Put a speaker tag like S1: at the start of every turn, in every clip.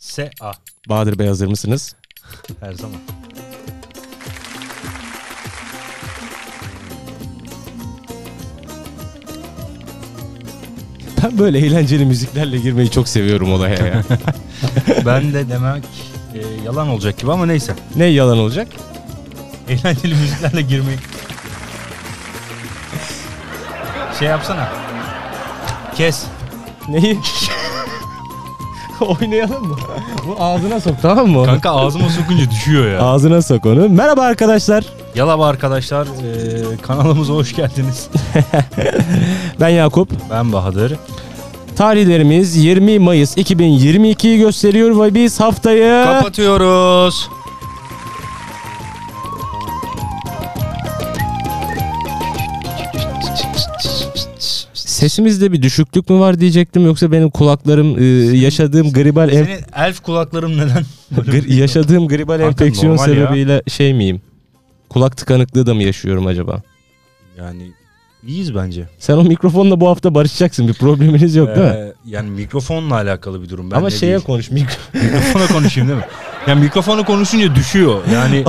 S1: S.A.
S2: Bahadır Bey hazır mısınız?
S1: Her zaman.
S2: Ben böyle eğlenceli müziklerle girmeyi çok seviyorum olaya ya.
S1: ben de demek e, yalan olacak gibi ama neyse.
S2: ne yalan olacak?
S1: Eğlenceli müziklerle girmeyi. Şey yapsana. Kes.
S2: Neyi? Oynayalım mı? Bu ağzına sok tamam mı?
S1: Kanka ağzıma sokunca düşüyor ya.
S2: Ağzına sok onu. Merhaba arkadaşlar.
S1: Yalaba arkadaşlar e, kanalımıza hoş geldiniz.
S2: Ben Yakup.
S1: Ben Bahadır.
S2: Tarihlerimiz 20 Mayıs 2022'yi gösteriyor ve biz haftayı...
S1: Kapatıyoruz.
S2: Sesimizde bir düşüklük mü var diyecektim yoksa benim kulaklarım e, yaşadığım gribal en-
S1: Senin elf kulakların neden?
S2: gri- yaşadığım gribal
S1: Kanka
S2: enfeksiyon
S1: normal ya.
S2: sebebiyle şey miyim? Kulak tıkanıklığı da mı yaşıyorum acaba?
S1: Yani iyiyiz bence.
S2: Sen o mikrofonla bu hafta barışacaksın. Bir probleminiz yok değil mi?
S1: Ee, Yani mikrofonla alakalı bir durum. Ben
S2: Ama
S1: de
S2: şeye
S1: değil.
S2: konuş mikro.
S1: mikrofona konuşayım değil mi? Yani mikrofonu konuşunca düşüyor. Yani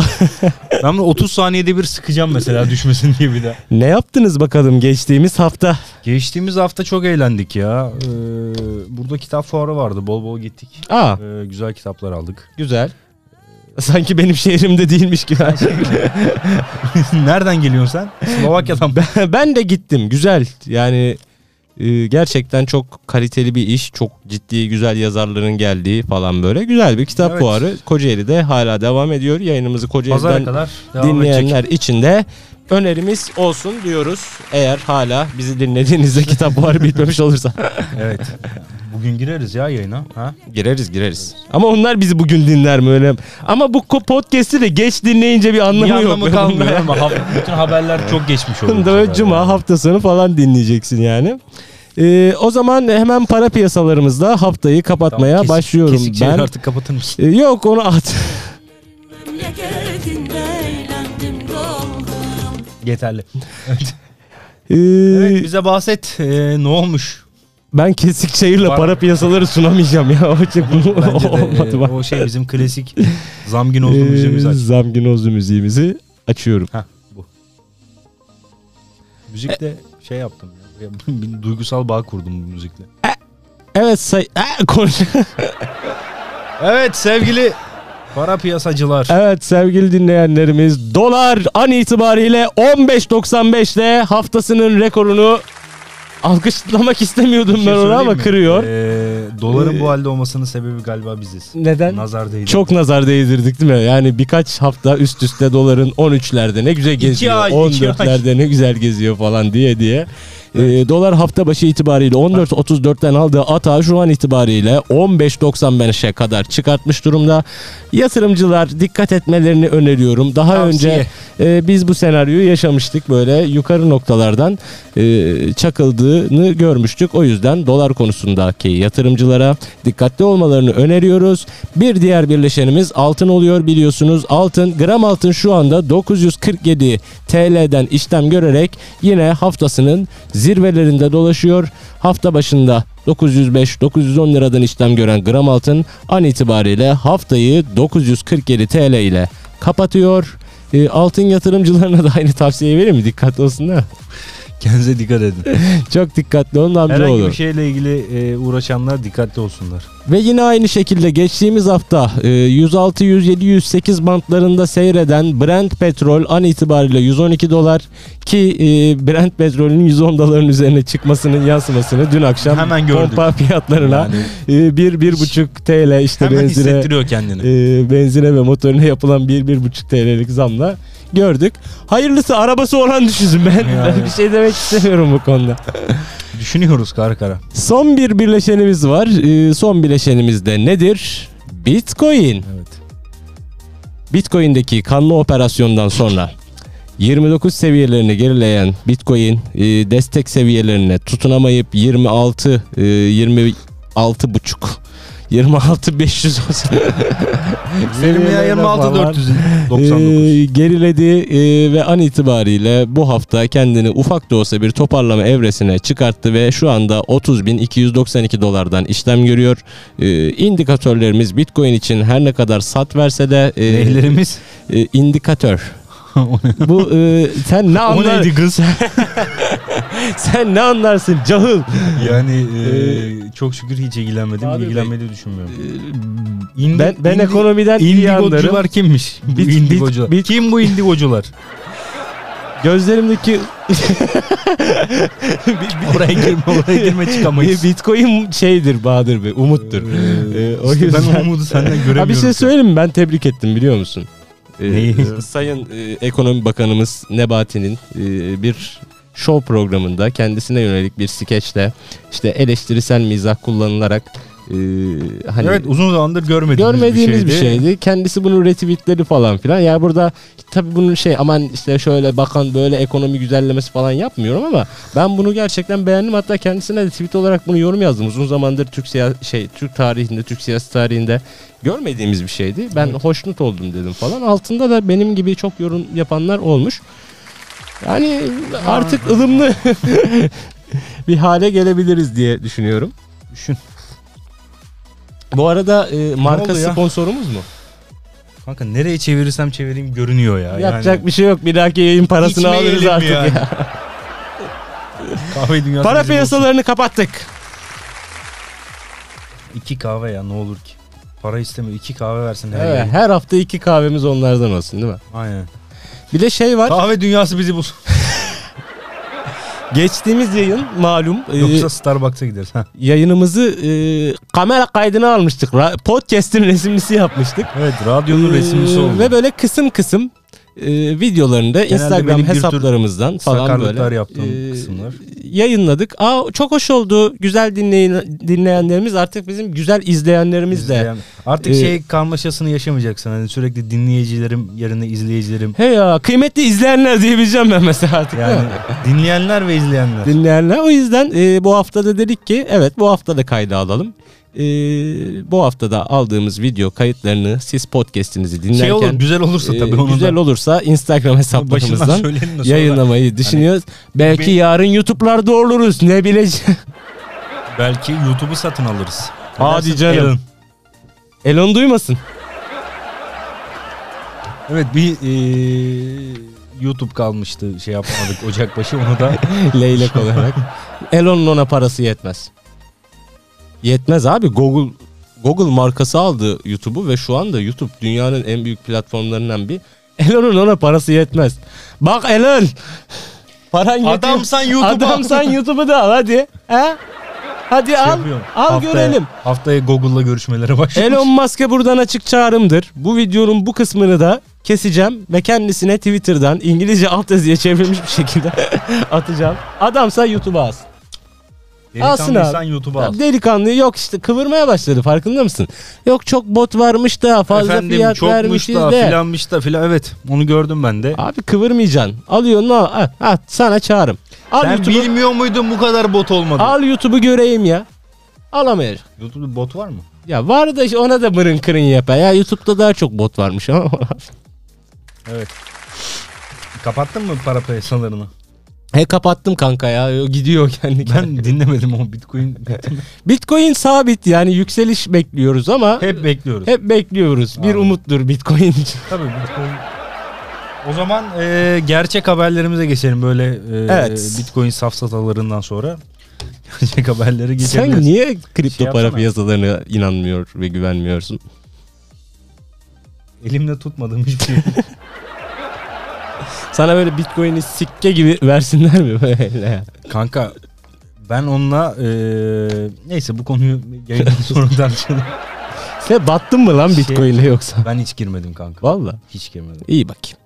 S1: ben bunu 30 saniyede bir sıkacağım mesela düşmesin diye bir daha.
S2: Ne yaptınız bakalım geçtiğimiz hafta?
S1: Geçtiğimiz hafta çok eğlendik ya. Ee, burada kitap fuarı vardı. Bol bol gittik.
S2: Aa
S1: Ee, güzel kitaplar aldık.
S2: güzel. Sanki benim şehrimde değilmiş gibi.
S1: Nereden geliyorsun sen? Slovakya'dan. Ben...
S2: ben de gittim. Güzel. Yani e, gerçekten çok kaliteli bir iş. Çok ciddi güzel yazarların geldiği falan böyle. Güzel bir kitap
S1: Evet.
S2: fuarı. Kocaeli'de hala devam ediyor. Yayınımızı
S1: Pazara
S2: Kocaeli'den
S1: kadar devam edecek.
S2: dinleyenler için de önerimiz olsun diyoruz. Eğer hala bizi dinlediğinizde kitap fuarı bitmemiş olursa.
S1: Evet. Bugün gireriz ya yayına. Ha?
S2: Gireriz gireriz. Ama onlar bizi bugün dinler mi öyle? Ama bu ko- podcast'i de geç dinleyince bir anlamı
S1: Bir
S2: yok.
S1: anlamı kalmıyor ama haf- bütün haberler çok geçmiş oluyor. bu
S2: Böyle
S1: sefer
S2: cuma
S1: yani.
S2: hafta sonu falan dinleyeceksin yani. Ee, o zaman hemen para piyasalarımızda haftayı
S1: Tamam,
S2: kapatmaya
S1: kesik-
S2: başlıyorum
S1: kesik şeyleri
S2: ben.
S1: artık kapatır mısın?
S2: Ee, Yok onu at.
S3: Memleketinde eğlendim doldum
S1: Yeterli.
S2: Ee,
S1: Evet, bize bahset. Ee, ne olmuş?
S2: Ben kesik çayırla
S1: Var-
S2: para piyasaları sunamayacağım ya. O çok
S1: Bence de
S2: olmadı
S1: e,
S2: bak.
S1: o şey bizim klasik zamgin olduğumuz
S2: Ee,
S1: müziğimiz aç.
S2: Zamginozlu müziğimizi açıyorum.
S1: Heh, bu. Müzikle şey yaptım. Ya, bir duygusal bağ kurdum bu müzikle.
S2: Evet say... Aa, konuş-
S1: Evet sevgili para piyasacılar.
S2: Evet sevgili dinleyenlerimiz dolar an itibariyle 15.95'te haftasının rekorunu alkışlamak istemiyordum
S1: Bir şey
S2: ben ona
S1: söyleyeyim
S2: ama
S1: mi?
S2: kırıyor.
S1: Ee, doların bu halde olmasının sebebi galiba biziz.
S2: Neden?
S1: Nazar değdi.
S2: Çok nazar değdirdik değil mi? Yani birkaç hafta üst üste doların 13'lerde ne güzel geziyor,
S1: ay, iki ay.
S2: 14'lerde ne güzel geziyor falan diye diye. Ee, dolar hafta başı itibariyle 14.34'ten aldığı ata şu an itibariyle 15.95'e kadar çıkartmış durumda. Yatırımcılar dikkat etmelerini öneriyorum. Daha
S1: Tavsiye.
S2: önce e, biz bu senaryoyu yaşamıştık böyle yukarı noktalardan e, çakıldığını görmüştük. O yüzden dolar konusundaki yatırımcılara dikkatli olmalarını öneriyoruz. Bir diğer birleşenimiz altın oluyor biliyorsunuz. Altın gram altın şu anda 947 TL'den işlem görerek yine haftasının zirvelerinde dolaşıyor. Hafta başında 905-910 liradan işlem gören gram altın an itibariyle haftayı 947 TL ile kapatıyor. E, altın yatırımcılarına da aynı tavsiye verir mi? Dikkatli olsunlar.
S1: Kendinize dikkat edin.
S2: Çok dikkatli olun amca
S1: Herhangi
S2: olur.
S1: bir şey- şeyle ilgili e, uğraşanlar dikkatli olsunlar.
S2: Ve yine aynı şekilde geçtiğimiz hafta e, 106, 107, 108 bantlarında seyreden Brent petrol an itibariyle 112 dolar ki e, Brent petrolünün 110 doların üzerine çıkmasının yansımasını dün akşam
S1: Hemen gördük.
S2: pompa fiyatlarına
S1: Yani
S2: e, 1 1,5 TL işte
S1: hemen
S2: benzine
S1: hissettiriyor kendini.
S2: e, benzine ve motorine yapılan 1-1,5 TL'lik zamla gördük. Hayırlısı arabası olan düşünsün ben.
S1: Yani.
S2: ben bir şey demek istemiyorum bu konuda.
S1: Düşünüyoruz kara kara.
S2: Son bir bileşenimiz var. E, son bileşenimiz de nedir? Bitcoin.
S1: Evet.
S2: Bitcoin'deki kanlı operasyondan sonra 29 seviyelerini gerileyen Bitcoin e, destek seviyelerine tutunamayıp 26 e, 26 buçuk 26.500 olsun.
S1: 20 ya
S2: Seviyelerine
S1: 26
S2: falan.
S1: 400.
S2: Ee, geriledi ee, ve an itibariyle bu hafta kendini ufak da olsa bir toparlama evresine çıkarttı ve şu anda 30.292 dolardan işlem görüyor. Ee, indikatörlerimiz Bitcoin için her ne kadar sat verse de ee,
S1: Neylerimiz?
S2: ee, indikatör. bu ee, sen ne
S1: O
S2: anlar,
S1: neydi kız?
S2: sen ne anlarsın cahil.
S1: yani e, çok şükür hiç ilgilenmedim.
S2: Abi
S1: ilgilenmeyi de düşünmüyorum.
S2: Ben,
S1: İndi-
S2: ben
S1: Ee, indi-
S2: ekonomiden iyi anlarım.
S1: indigocular kimmiş? Bu
S2: Bit- bit-
S1: indigocular.
S2: bit-
S1: Kim bu indigocular?
S2: Gözlerimdeki
S1: oraya girme, oraya girme çıkamayız.
S2: Bitcoin şeydir Bahadır Bey, umuttur. Ee, o
S1: İşte
S2: yüzden-
S1: ben o umudu senden göremiyorum.
S2: Ha bir şey söyleyeyim mi? Ben tebrik ettim biliyor musun? Ee,
S1: Neyi?
S2: Sayın e, Ekonomi Bakanımız Nebati'nin e, bir show programında kendisine yönelik bir skeçle işte eleştirisel mizah kullanılarak e, hani
S1: evet uzun zamandır görmediğimiz,
S2: görmediğimiz
S1: bir
S2: bir şey.
S1: şeydi.
S2: şeydi. Kendisi bunu retweetledi falan filan. Yani burada tabii bunun şey aman işte şöyle bakan böyle ekonomi güzellemesi falan yapmıyorum ama ben bunu gerçekten beğendim. Hatta kendisine de tweet olarak bunu yorum yazdım. Uzun zamandır Türk siya- şey Türk tarihinde, Türk siyasi tarihinde görmediğimiz bir şeydi. Ben hoşnut oldum dedim falan. Altında da benim gibi çok yorum yapanlar olmuş. Yani artık ılımlı bir hale gelebiliriz diye düşünüyorum.
S1: Düşün.
S2: Bu arada e, marka
S1: oldu ya?
S2: sponsorumuz mu?
S1: Kanka nereye çevirirsem çevireyim görünüyor ya.
S2: Yapacak
S1: yani.
S2: bir şey yok. Bir dahaki yayın parasını
S1: İçmeyelim
S2: alırız artık.
S1: yani.
S2: ya.
S1: Kahve dünyası
S2: Para
S1: bizim
S2: piyasalarını kapattık.
S1: olsun. İki kahve ya ne olur ki. Para istemiyor. iki kahve versin her
S2: Evet,
S1: yere.
S2: her hafta iki kahvemiz onlardan olsun değil mi?
S1: Aynen.
S2: Bir de şey var.
S1: Kahve dünyası bizi bulsun.
S2: Geçtiğimiz yayın malum. e,
S1: Yoksa Starbucks'a gideriz. Ha.
S2: yayınımızı e, kamera kaydına almıştık. Ra- Podcast'in resimlisi yapmıştık.
S1: Evet radyonun
S2: Ee,
S1: resimlisi oldu.
S2: Ve böyle kısım kısım e, videolarında
S1: Genelde
S2: Instagram
S1: benim bir tür
S2: hesaplarımızdan falan
S1: sakarlıklar
S2: böyle e,
S1: yaptığım kısımlar.
S2: yayınladık. Aa çok hoş oldu. Güzel dinleyin dinleyenlerimiz artık bizim güzel izleyenlerimiz de.
S1: İzleyen- Artık
S2: Ee,
S1: şey karmaşasını yaşamayacaksın. Hani sürekli dinleyicilerim yerine izleyicilerim.
S2: He ya kıymetli izleyenler diyebileceğim ben mesela artık. değil
S1: Yani
S2: mi?
S1: dinleyenler ve izleyenler.
S2: Dinleyenler. O yüzden e, bu hafta da dedik ki evet bu hafta da kayda alalım. E, bu hafta da aldığımız video kayıtlarını siz podcast'inizi dinlerken
S1: şey olur güzel olursa
S2: e,
S1: tabii onun
S2: güzel
S1: da.
S2: olursa Instagram
S1: Başından
S2: hesaplarımızdan
S1: söyleyelim de sonra Hani
S2: yayınlamayı düşünüyoruz. Belki
S1: Benim-
S2: yarın YouTube'larda oluruz. Ne bileceğim.
S1: belki YouTube'u satın alırız.
S2: Hadi
S1: Dersin,
S2: canım.
S1: Elon.
S2: Elon duymasın.
S1: Evet bir eee, YouTube kalmıştı şey yapmadık Ocakbaşı onu da
S2: Leylek olarak. Elon'un ona parası yetmez. Yetmez abi. Google Google markası aldı YouTube'u ve şu anda YouTube dünyanın en büyük platformlarından bir. Elon'un ona parası yetmez. Bak Elon. Paran yetiyor.
S1: Adamsan YouTube'u al.
S2: Adamsan YouTube'u da al hadi. He? Hadi
S1: şey
S2: al.
S1: yapıyorum.
S2: Al
S1: Haftaya-
S2: görelim.
S1: Haftaya Google'la görüşmelere başlıyoruz.
S2: Elon Musk'a buradan açık çağrımdır. Bu videonun bu kısmını da keseceğim ve kendisine Twitter'dan İngilizce altyazıya çevrilmiş bir şekilde atacağım. Adamsa YouTube'a alsın. alsın
S1: Delikanlıysan
S2: abi.
S1: YouTube'a al.
S2: Delikanlı yok işte kıvırmaya başladı farkında mısın? Yok çok bot varmış da fazla
S1: Efendim
S2: fiyat
S1: çokmuş
S2: vermişiz
S1: da
S2: de.
S1: filanmış da filan evet onu gördüm ben de.
S2: Abi kıvırmayacaksın. Alıyorsun al, al, al, sana çağırım. Al
S1: Sen
S2: YouTube'u
S1: bilmiyor muydun bu kadar bot olmadı?
S2: al YouTube'u göreyim ya. Alamayacak.
S1: YouTube'da bot var mı?
S2: Ya var da işte ona da mırın kırın yapar. Ya YouTube'da daha çok bot varmış ama.
S1: Evet. Kapattın mı para piyasalarını?
S2: He kapattım kanka ya. Gidiyor kendi kendine.
S1: Ben dinlemedim o Bitcoin.
S2: Bitcoin sabit yani yükseliş bekliyoruz ama hep,
S1: Hep bekliyoruz.
S2: bekliyoruz. Bir
S1: Aynen.
S2: umuttur Bitcoin için.
S1: Tabii Bitcoin. O zaman e, gerçek haberlerimize geçelim böyle e,
S2: Evet.
S1: Bitcoin safsatalarından sonra. Gerçek haberlere geçelim.
S2: Sen niye kripto
S1: Şey
S2: para
S1: yapsana.
S2: piyasalarına inanmıyor ve güvenmiyorsun?
S1: Elimle tutmadığım hiçbir şey.
S2: Sana böyle Bitcoin'i sikke gibi versinler mi böyle?
S1: Kanka ben onunla e, neyse bu konuyu yayından sonra tartışalım.
S2: Sen battın mı lan Bitcoin'le yoksa?
S1: Ben hiç girmedim kanka.
S2: Valla.
S1: Hiç girmedim.
S2: İyi bakayım.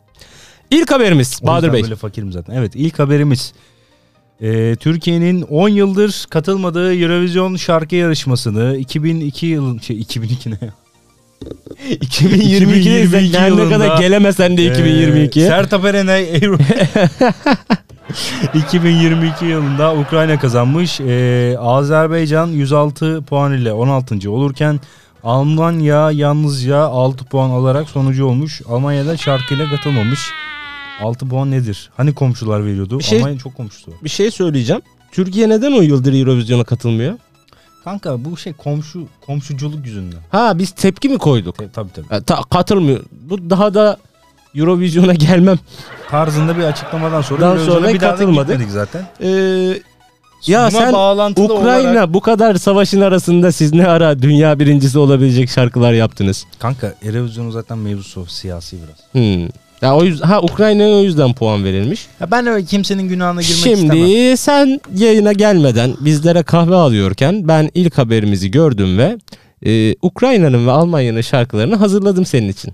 S2: İlk haberimiz
S1: O
S2: Bahadır
S1: yüzden
S2: Bey.
S1: böyle fakirim zaten. Evet ilk haberimiz. Ee, Türkiye'nin 10 yıldır katılmadığı Eurovision şarkı yarışmasını 2002 yılın şey 2002 ne ya?
S2: 2022'de
S1: 2022
S2: izle- her ne
S1: yılında,
S2: kadar gelemesen de
S1: Ee,
S2: 2022.
S1: Sertab Erener Euro- 2022 yılında Ukrayna kazanmış. Ee, Azerbaycan 106 puan ile 16. olurken Almanya yalnızca 6 puan alarak sonucu olmuş. Almanya'da şarkıyla katılmamış. 6 puan nedir? Hani komşular veriyordu?
S2: Bir şey-
S1: Almanya çok komşusu. var.
S2: Bir şey söyleyeceğim. Türkiye neden o yıldır Eurovision'a katılmıyor?
S1: Kanka bu şey komşu komşuculuk yüzünden.
S2: Ha biz tepki mi koyduk?
S1: E, tabii tabii.
S2: Ha, ta- katılmıyor. Bu daha da Eurovision'a gelmem.
S1: Tarzında bir açıklamadan sonra
S2: Daha
S1: Eurovision'a
S2: sonra
S1: bir daha da
S2: katılmadık.
S1: gitmedik zaten.
S2: Ee, Ya sen
S1: bağlantılı
S2: Ukrayna
S1: olarak-
S2: bu kadar savaşın arasında siz ne ara dünya birincisi olabilecek şarkılar yaptınız?
S1: Kanka Eurovision'un zaten mevzusu siyasi biraz.
S2: Hmm. Ya o yüzden, ha Ukrayna'ya o yüzden puan verilmiş.
S1: Ya ben öyle kimsenin günahına girmek
S2: Şimdi
S1: istemem.
S2: sen yayına gelmeden bizlere kahve alıyorken ben ilk haberimizi gördüm ve e, Ukrayna'nın ve Almanya'nın şarkılarını hazırladım senin için.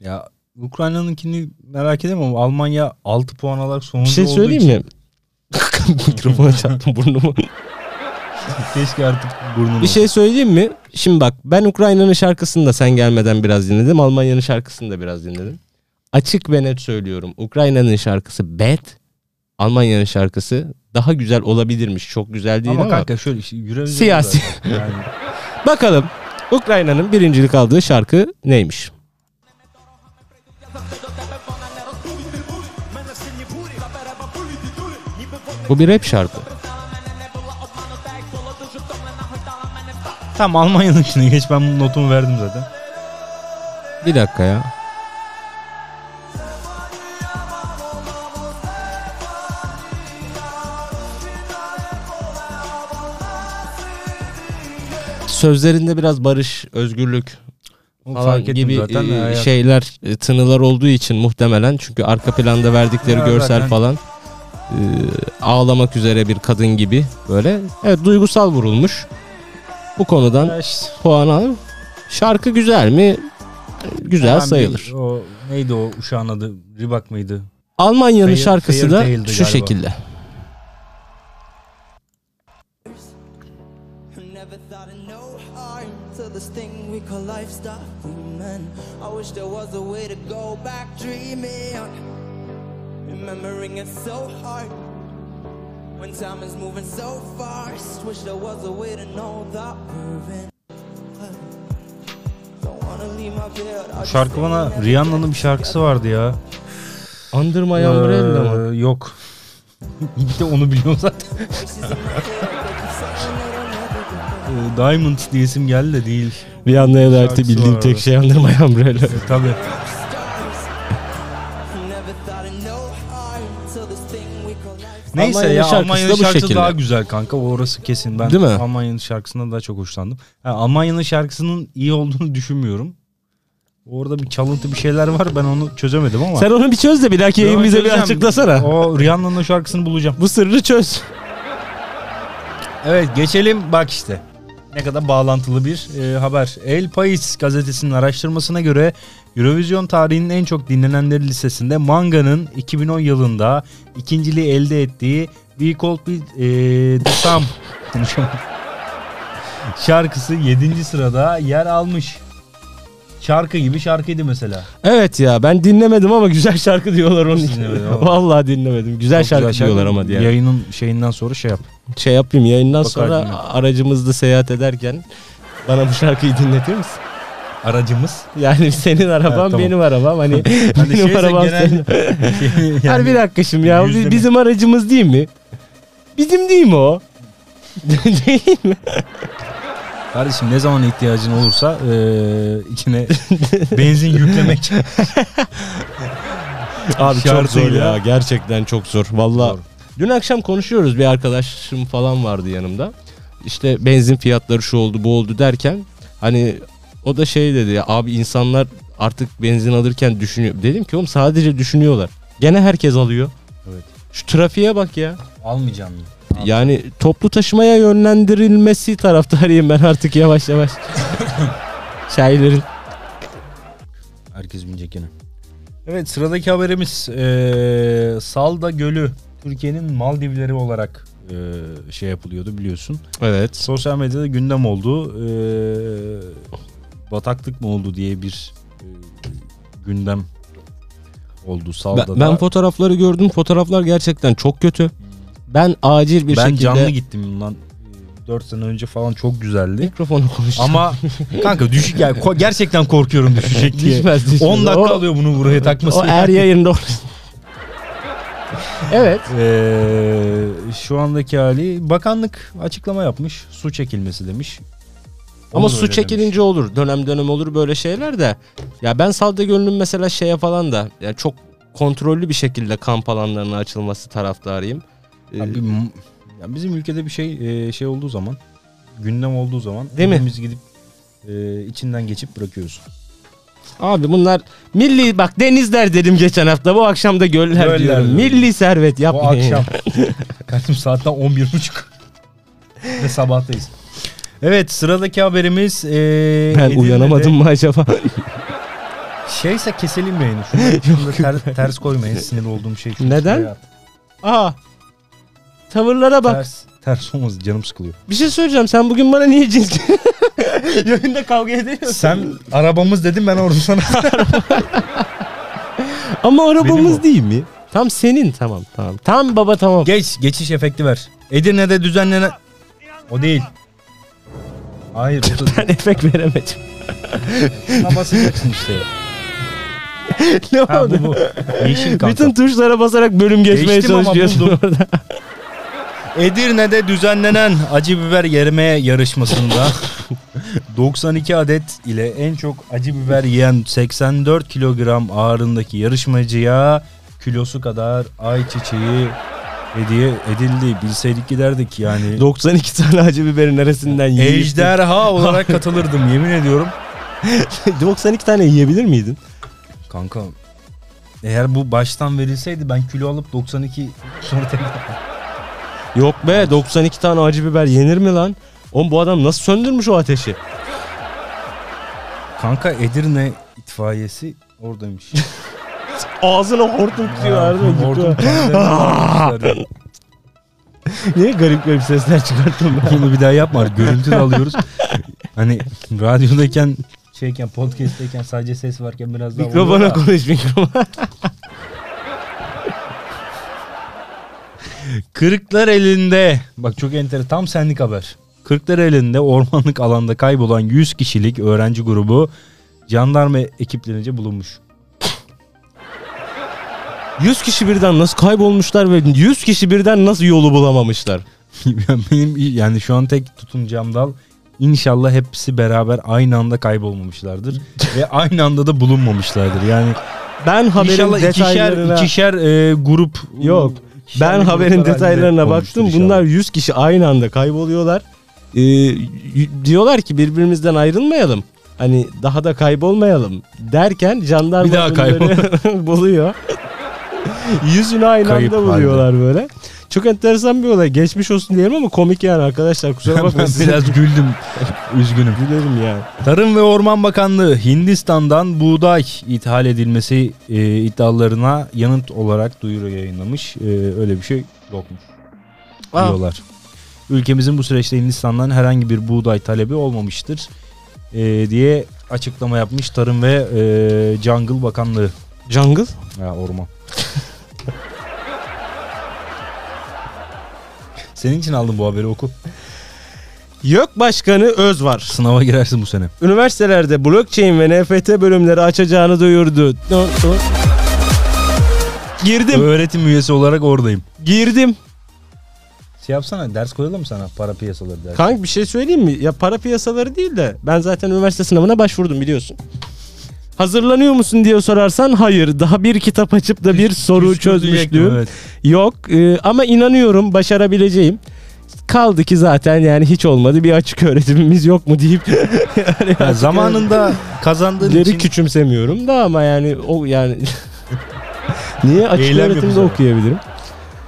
S1: Ya Ukrayna'nınkini merak edemem ama Almanya 6 puan alarak
S2: Bir
S1: sonuncu
S2: şey
S1: olduğu
S2: söyleyeyim
S1: için
S2: mi? Mikrofona çarptım burnumu.
S1: keşke artık burnunu.
S2: Bir şey söyleyeyim mi? Şimdi bak ben Ukrayna'nın şarkısını da sen gelmeden biraz dinledim. Almanya'nın şarkısını da biraz dinledim. Açık ve net söylüyorum. Ukrayna'nın şarkısı bad. Almanya'nın şarkısı daha güzel olabilirmiş. Çok güzel değil
S1: ama,
S2: ama.
S1: kanka şöyle işte Eurovision
S2: Siyasi.
S1: zaten. Yani
S2: Bakalım Ukrayna'nın birincilik aldığı şarkı neymiş? Bu bir rap şarkı.
S1: tam Almanya'nınkine geç ben bunun notumu verdim zaten.
S2: Bir dakika ya. Sözlerinde biraz barış, özgürlük
S1: Onu
S2: falan
S1: fark ettim
S2: gibi
S1: zaten.
S2: e,
S1: de hayat-
S2: şeyler, e, tınılar olduğu için muhtemelen çünkü arka planda verdikleri
S1: Ya
S2: görsel
S1: zaten-
S2: falan e, ağlamak üzere bir kadın gibi böyle. Evet duygusal vurulmuş. Bu konudan
S1: Ya işte,
S2: puan al. Şarkı güzel mi? Güzel
S1: ben bir-
S2: sayılır.
S1: o neydi o uşağın adı? Ribak mıydı?
S2: Almanya'nın
S1: Fair-
S2: şarkısı
S1: Fair
S2: da şu
S1: Tale'di galiba.
S2: şekilde.
S4: Never thought of no harm till this thing we call life stopped dreaming. I wish there was a way to go back dreaming. Remembering it so hard when time is moving so fast. Wish there was a way to know that proving. Don't wanna leave my bed. I
S1: Bu
S4: just
S1: şarkı bana Rihanna'nın bir şarkısı vardı ya.
S2: Andırma
S1: Ee,
S2: Yambrella mı?
S1: Yok. bir de onu biliyorum zaten.
S4: voices in my head. They keep saying that I'll never be
S1: Ee,
S4: back.
S1: Diamond diye isim geldi de değil.
S2: Ee, Bir anlaya da artık
S1: Şarkısı
S2: bildiğim
S1: var
S2: tek
S1: orada.
S2: şey Andırma Yambrella.
S1: E, tabii.
S4: Never thought of no harm till this thing we call life.
S1: Neyse
S2: Almanya'nın
S1: ya
S2: şarkısı
S1: Almanya'nın
S2: da bu
S1: şarkısı
S2: şekilde.
S1: daha güzel kanka. O orası kesin. Ben
S2: Değil mi?
S1: Almanya'nın şarkısından daha çok hoşlandım. Ha, Almanya'nın şarkısının iyi olduğunu düşünmüyorum. Orada bir çalıntı bir şeyler var. Ben onu çözemedim ama.
S2: Sen onu bir çöz de bir dahaki
S1: Ben
S2: yayın
S1: onu
S2: bize bir
S1: çözeceğim.
S2: açıklasana.
S1: O Rihanna'nın o şarkısını bulacağım.
S2: Bu sırrı çöz.
S1: Evet geçelim bak işte. Ne kadar bağlantılı bir e, haber. El País gazetesinin araştırmasına göre Eurovision tarihinin en çok dinlenenleri listesinde Manga'nın 2010 yılında ikinciliği elde ettiği We Cold Be e, The Sum konuşamadım. şarkısı 7. sırada yer almış. Şarkı gibi şarkıydı mesela.
S2: Evet ya ben dinlemedim ama güzel şarkı diyorlar onun için.
S1: Dinlemedim ama.
S2: Vallahi dinlemedim. Güzel
S1: Çok
S2: şarkı
S1: güzel
S2: diyorlar ama diye.
S1: Yayının şeyinden sonra şey yap.
S2: Şey yapayım yayından
S1: Bak
S2: sonra
S1: albüme.
S2: aracımızda seyahat ederken bana bu şarkıyı dinletir misin?
S1: Aracımız.
S2: Yani senin araban
S1: tamam.
S2: benim arabam hani
S1: Hani
S2: benim
S1: şeyse
S2: arabam
S1: genel-
S2: senin.
S1: Yani-
S2: Her bir dakika şimdi ya
S1: yüzde
S2: bi-
S1: mi?
S2: bizim aracımız değil mi? Bizim değil mi o? değil mi?
S1: Kardeşim ne zaman ihtiyacın olursa eee, içine benzin yüklemek için.
S2: Abi çok zor
S1: Şartıyla.
S2: ya gerçekten çok zor valla.
S1: Doğru.
S2: Dün akşam konuşuyoruz bir arkadaşım falan vardı yanımda. İşte benzin fiyatları şu oldu bu oldu derken hani o da şey dedi ya abi insanlar artık benzin alırken düşünüyor. Dedim ki oğlum sadece düşünüyorlar. Gene herkes alıyor.
S1: Evet.
S2: Şu trafiğe bak ya.
S1: Almayacağım mı?
S2: Yani toplu taşımaya yönlendirilmesi taraftarıyım ben artık yavaş yavaş. Şeylerin.
S1: Herkes binecek yine. Evet sıradaki haberimiz eee, Salda Gölü Türkiye'nin Maldivleri olarak eee, şey yapılıyordu biliyorsun.
S2: Evet.
S1: Sosyal medyada gündem oldu. Eee, bataklık mı oldu diye bir eee, gündem oldu
S2: Ben,
S1: salda da.
S2: ben fotoğrafları gördüm. Fotoğraflar gerçekten çok kötü. Ben acil bir
S1: Ben
S2: şekilde
S1: canlı gittim bundan 4 sene önce falan çok güzeldi.
S2: mikrofonu konuşacağım.
S1: Ama kanka düşük yani ko- gerçekten korkuyorum düşecek diye.
S2: Düşmez, düşmez.
S1: 10 dakika
S2: O-
S1: alıyor bunu buraya takması.
S2: o
S1: yani.
S2: er yayında olur. evet.
S1: Ee, şu andaki hali bakanlık açıklama yapmış. Su çekilmesi demiş.
S2: Ama
S1: Olur
S2: su
S1: öyle şey?
S2: çekilince
S1: demiş.
S2: olur. Dönem dönem olur böyle şeyler de. Ya ben salda gönlüm mesela şeye falan da ya çok kontrollü bir şekilde kamp alanlarının açılması taraftarıyım. Ee,
S1: Ya bir m- ya bizim ülkede bir şey e, şey olduğu zaman gündem olduğu zaman
S2: Değil mi?
S1: hepimiz gidip e, içinden geçip bırakıyoruz.
S2: Abi bunlar milli bak denizler dedim geçen hafta bu akşam da göller,
S1: Göller
S2: diyorum.
S1: diyorum.
S2: Milli servet
S1: Bu
S2: yapmayın.
S1: akşam. Kardeşim saatten 11.30. Ve sabahtayız. Evet sıradaki haberimiz e,
S2: Ben
S1: Edirne'de-
S2: uyanamadım mı acaba?
S1: Şeyse keselim yayını. Şunu, şunu da ter- ters koymayın. Sinir olduğum şey. şu.
S2: Neden?
S1: Şuraya at.
S2: Aa. Tavırlara bak.
S1: Ters, ters olmaz canım sıkılıyor.
S2: Bir şey söyleyeceğim. Sen bugün bana niye cins Yayında kavga ediyorsun.
S1: Sen arabamız dedim ben orada sana.
S2: Ama
S1: Benim
S2: arabamız
S1: o.
S2: değil mi? Tam senin tamam tamam. Tam baba tamam.
S1: Geç geçiş efekti ver. Edirne'de düzenlenen... O değil. Hayır o da
S2: Ben efekt veremedim.
S1: Buna basacaksın işte.
S2: ne
S1: Ha
S2: oldu?
S1: bu bu. Yeşil kanka.
S2: Bütün tuşlara basarak bölüm geçmeye
S1: Geçtim ama
S2: çalışıyorsun
S1: buldum.
S2: orada.
S1: Edirne'de düzenlenen acı biber yerme yarışmasında 92 adet ile en çok acı biber yiyen 84 kilogram ağırlığındaki yarışmacıya kilosu kadar ayçiçeği hediye edildi. Bilseydik giderdik yani.
S2: 92 tane acı biberin neresinden yiyip-
S1: Ejderha olarak katılırdım yemin ediyorum.
S2: 92 tane yiyebilir miydin?
S1: Kanka eğer bu baştan verilseydi ben kilo alıp 92 sonra tekrar...
S2: Yok be 92 tane acı biber yenir mi lan? Oğlum bu adam nasıl söndürmüş o ateşi?
S1: Kanka Edirne itfaiyesi oradaymış.
S2: Ağzına hortum tutuyor Arda.
S1: Hortum
S2: Hortum.
S1: kendilerine
S2: Niye garip garip sesler çıkarttın ben?
S1: Bunu bir daha yapma. Görüntü de alıyoruz. Hani radyodayken şeyken podcast'teyken sadece ses varken biraz daha oluyor
S2: Mikrofona
S1: da.
S2: konuş mikrofona.
S1: Kırklar elinde bak çok enter tam senlik haber. Kırklar elinde ormanlık alanda kaybolan 100 kişilik öğrenci grubu jandarma ekiplerince bulunmuş.
S2: 100 kişi birden nasıl kaybolmuşlar ve 100 kişi birden nasıl yolu bulamamışlar?
S1: Benim yani şu an tek tutunacağım dal inşallah hepsi beraber aynı anda kaybolmamışlardır ve aynı anda da bulunmamışlardır. Yani
S2: Ben haberin
S1: İnşallah
S2: detaylarına...
S1: ikişer, ikişer e, grup.
S2: Yok.
S1: ikişer
S2: Ben
S1: gruplar
S2: haberin
S1: halinde
S2: detaylarına
S1: olmuştur
S2: baktım.
S1: inşallah.
S2: Bunlar 100 kişi aynı anda kayboluyorlar. Ee, y- diyorlar ki birbirimizden ayrılmayalım. Hani daha da kaybolmayalım derken jandarma
S1: Bir daha
S2: bunları buluyor. Yüzünü aynı
S1: Kayıp
S2: anda
S1: halde.
S2: buluyorlar böyle. Çok enteresan bir olay. Geçmiş olsun diyelim ama komik yani arkadaşlar. Kusura
S1: ben
S2: bakmayın. Size
S1: biraz güldüm. Üzgünüm.
S2: gülerim yani.
S1: Tarım ve Orman Bakanlığı Hindistan'dan buğday ithal edilmesi e, iddialarına yanıt olarak duyuru yayınlamış. E, öyle bir şey yokmuş
S2: Aa.
S1: diyorlar. Ülkemizin bu süreçte Hindistan'dan herhangi bir buğday talebi olmamıştır e, diye açıklama yapmış Tarım ve e, Jungle Bakanlığı.
S2: Jungle?
S1: Ya orman. Senin için aldım bu haberi oku.
S2: YÖK Başkanı Öz var.
S1: Sınava girersin bu sene.
S2: Üniversitelerde blockchain ve NFT bölümleri açacağını duyurdu. Girdim.
S1: Öğretim üyesi olarak oradayım.
S2: Girdim.
S1: Şey yapsana ders koyalım sana para piyasaları dersi.
S2: Kanka bir şey söyleyeyim mi? Ya para piyasaları değil de ben zaten üniversite sınavına başvurdum biliyorsun. Hazırlanıyor musun diye sorarsan hayır. Daha bir kitap açıp da bir soru
S1: Üç kötü
S2: çözmüşlüğüm
S1: yekme, evet.
S2: yok. Ee, ama inanıyorum başarabileceğim. Kaldı ki zaten yani hiç olmadı bir açık öğretimimiz yok mu deyip yani
S1: Ya zamanında kazandığın
S2: Leri
S1: için
S2: küçümsemiyorum da ama yani o yani niye açık
S1: Eylem
S2: öğretimde
S1: yapacağız.
S2: okuyabilirim?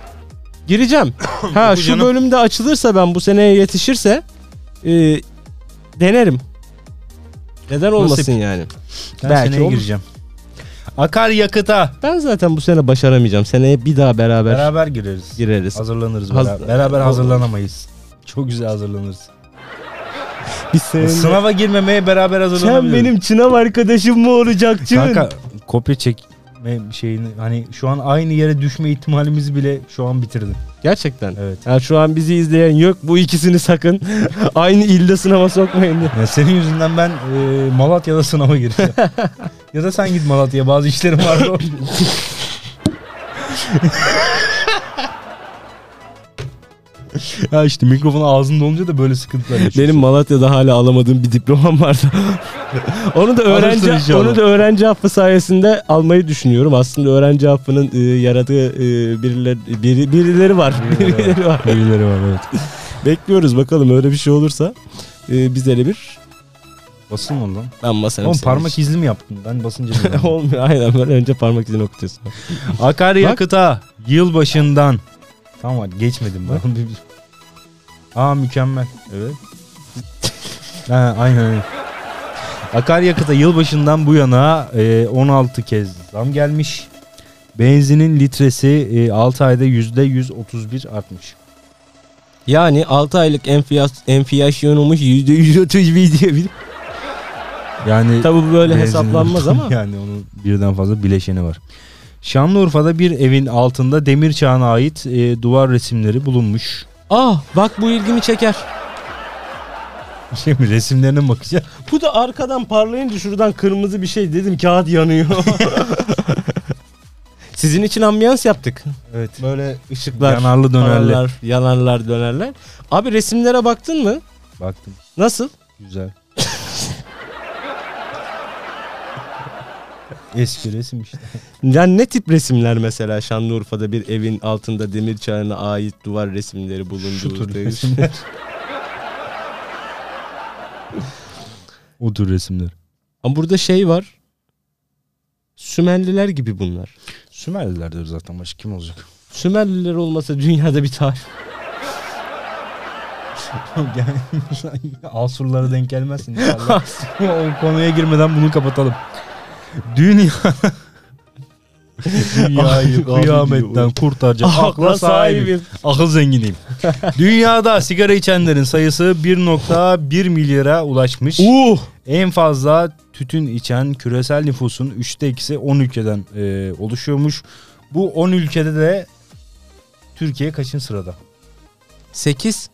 S2: Gireceğim. ha
S1: Oku
S2: şu
S1: canım.
S2: bölümde açılırsa ben bu seneye yetişirse e, denerim. Neden olmasın yani?
S1: ben
S2: belki
S1: seneye
S2: olur.
S1: gireceğim. Akaryakıta
S2: Ben zaten bu sene başaramayacağım. Seneye bir daha beraber,
S1: beraber gireriz.
S2: gireriz.
S1: Hazırlanırız.
S2: Haz-
S1: beraber. beraber hazırlanamayız. Çok güzel hazırlanırız.
S2: Biz seninle-
S1: Sınava girmemeye beraber
S2: Sen
S1: hazırlanabiliriz.
S2: benim Çınav arkadaşım mı olacaksın?
S1: Kanka kopya çek me- şeyini hani şu an aynı yere düşme ihtimalimizi bile şu an bitirdi.
S2: Gerçekten.
S1: Evet.
S2: Yani şu an bizi izleyen yok. Bu ikisini sakın aynı ilde sınava sokmayın diye.
S1: Ya senin yüzünden ben e, Malatya'da sınava gireceğim. ya da sen git Malatya'ya bazı işlerim var. ya işte mikrofon ağzında olunca da böyle sıkıntılar yaşıyorsun.
S2: Benim Malatya'da hala alamadığım bir diplomam vardı. onu da
S1: Alırsın
S2: öğrenci
S1: inşallah.
S2: onu da öğrenci affı sayesinde almayı düşünüyorum. Aslında öğrenci affının e, yaradığı e, birileri biri- birileri var.
S1: Birileri var.
S2: Birileri var.
S1: Birileri var evet.
S2: Bekliyoruz bakalım öyle bir şey olursa e, biz hele bir
S1: Basın mı lan?
S2: ben basarım.
S1: Oğlum
S2: senin
S1: parmak
S2: için.
S1: izli mi yaptın? Ben basınca mı?
S2: olmuyor. Aynen böyle önce parmak izini okutuyorsun.
S1: Akaryakıta yılbaşından. Tamam hadi geçmedim ben. Aa mükemmel. Evet. ha, aynen öyle. Akaryakıta yılbaşından bu yana e, 16 kez zam gelmiş. Benzinin litresi e, 6 ayda %131 artmış.
S2: Yani 6 aylık enfiyas, enflasyonumuz %131 diyebilirim.
S1: Yani
S2: Tabi böyle
S1: Benzin
S2: hesaplanmaz
S1: unuttum.
S2: ama.
S1: Yani onun birden fazla bileşeni var. Şanlıurfa'da bir evin altında demir çağına ait e, duvar resimleri bulunmuş.
S2: Ah bak bu ilgimi çeker.
S1: Şimdi resimlerine Şey mi bakacağız.
S2: Bu da arkadan parlayınca şuradan kırmızı bir şey dedim kağıt yanıyor. Sizin için ambiyans yaptık.
S1: Evet.
S2: Böyle ışıklar,
S1: Yanarlı dönerli.
S2: Yanarlar, yanarlar dönerler. Abi resimlere baktın mı?
S1: Baktım.
S2: Nasıl?
S1: Güzel. Eski resim işte.
S2: Yani ne tip resimler mesela Şanlıurfa'da bir evin altında demir çağına ait duvar resimleri
S1: Şu
S2: bulunduğu
S1: tür
S2: demiş.
S1: resimler. o tür resimler.
S2: Ama burada şey var. Sümerliler gibi bunlar.
S1: Sümerlilerdir zaten başka kim olacak?
S2: Sümerliler olmasa dünyada bir tarih.
S1: yani Asurlara denk gelmezsin inşallah. o konuya girmeden bunu kapatalım. Dünya Dünyayı kıyametten kurtaracak akla sahibim. Akıl zenginiyim. Dünyada sigara içenlerin sayısı 1.1 milyara ulaşmış.
S2: Uh!
S1: En fazla tütün içen küresel nüfusun 3'te 2'si 10 ülkeden e, oluşuyormuş. Bu 10 ülkede de Türkiye kaçın sırada?
S2: 8.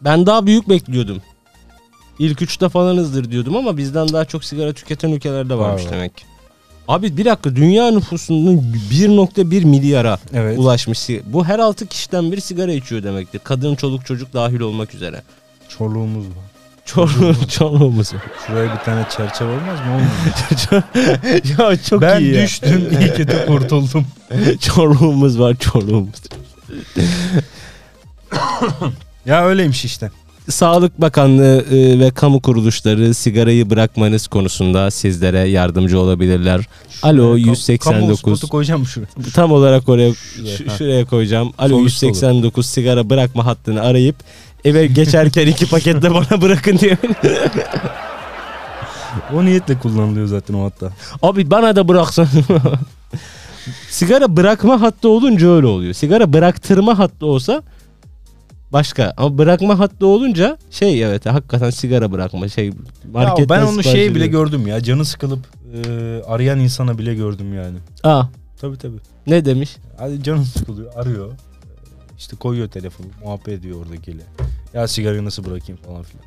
S2: Ben daha büyük bekliyordum. İlk üçte falanızdır diyordum ama bizden daha çok sigara tüketen ülkelerde varmış
S1: Var var.
S2: demek. ki. Abi bir dakika dünya nüfusunun 1.1 milyara
S1: Evet.
S2: ulaşmış. sig- Bu her 6 kişiden biri sigara içiyor demektir. Kadın, çoluk, çocuk dahil olmak üzere.
S1: Çorluğumuz var.
S2: Çorlu, çorluğumuz.
S1: Şuraya bir tane çerçeve olmaz mı? Olmaz.
S2: ya çok
S1: ben
S2: iyi ya.
S1: düştüm iyi ki de kurtuldum.
S2: Çorluğumuz var çorluğumuz.
S1: Ya öyleymiş işte.
S2: Sağlık Bakanlığı e, ve kamu kuruluşları sigarayı bırakmanız konusunda sizlere yardımcı olabilirler. Alo
S1: Şuraya kam- Kamu
S2: 189.
S1: Ee, spotu koyacağım mı şuraya?
S2: Tam olarak oraya
S1: Şuraya,
S2: şu-
S1: ha.
S2: şuraya koyacağım. Alo
S1: Sonuçta olur.
S2: 189 sigara bırakma hattını arayıp eve geçerken iki paket de bana bırakın diye.
S1: O niyetle kullanılıyor zaten o hatta.
S2: Abi bana da bıraksan. sigara bırakma hattı olunca öyle oluyor. Sigara bıraktırma hattı olsa başka. Ama bırakma hattı olunca şey evet hakikaten sigara bırakma şey marketten
S1: Ya ben onu
S2: sipariş
S1: şey bile
S2: ediyorum.
S1: gördüm ya. Canı sıkılıp e, arayan insana bile gördüm yani.
S2: Aa
S1: Tabii tabii.
S2: ne demiş?
S1: Hadi canım sıkılıyor arıyor. İşte koyuyor telefonu muhabbet ediyor oradakiyle. Ya sigarayı nasıl bırakayım falan filan.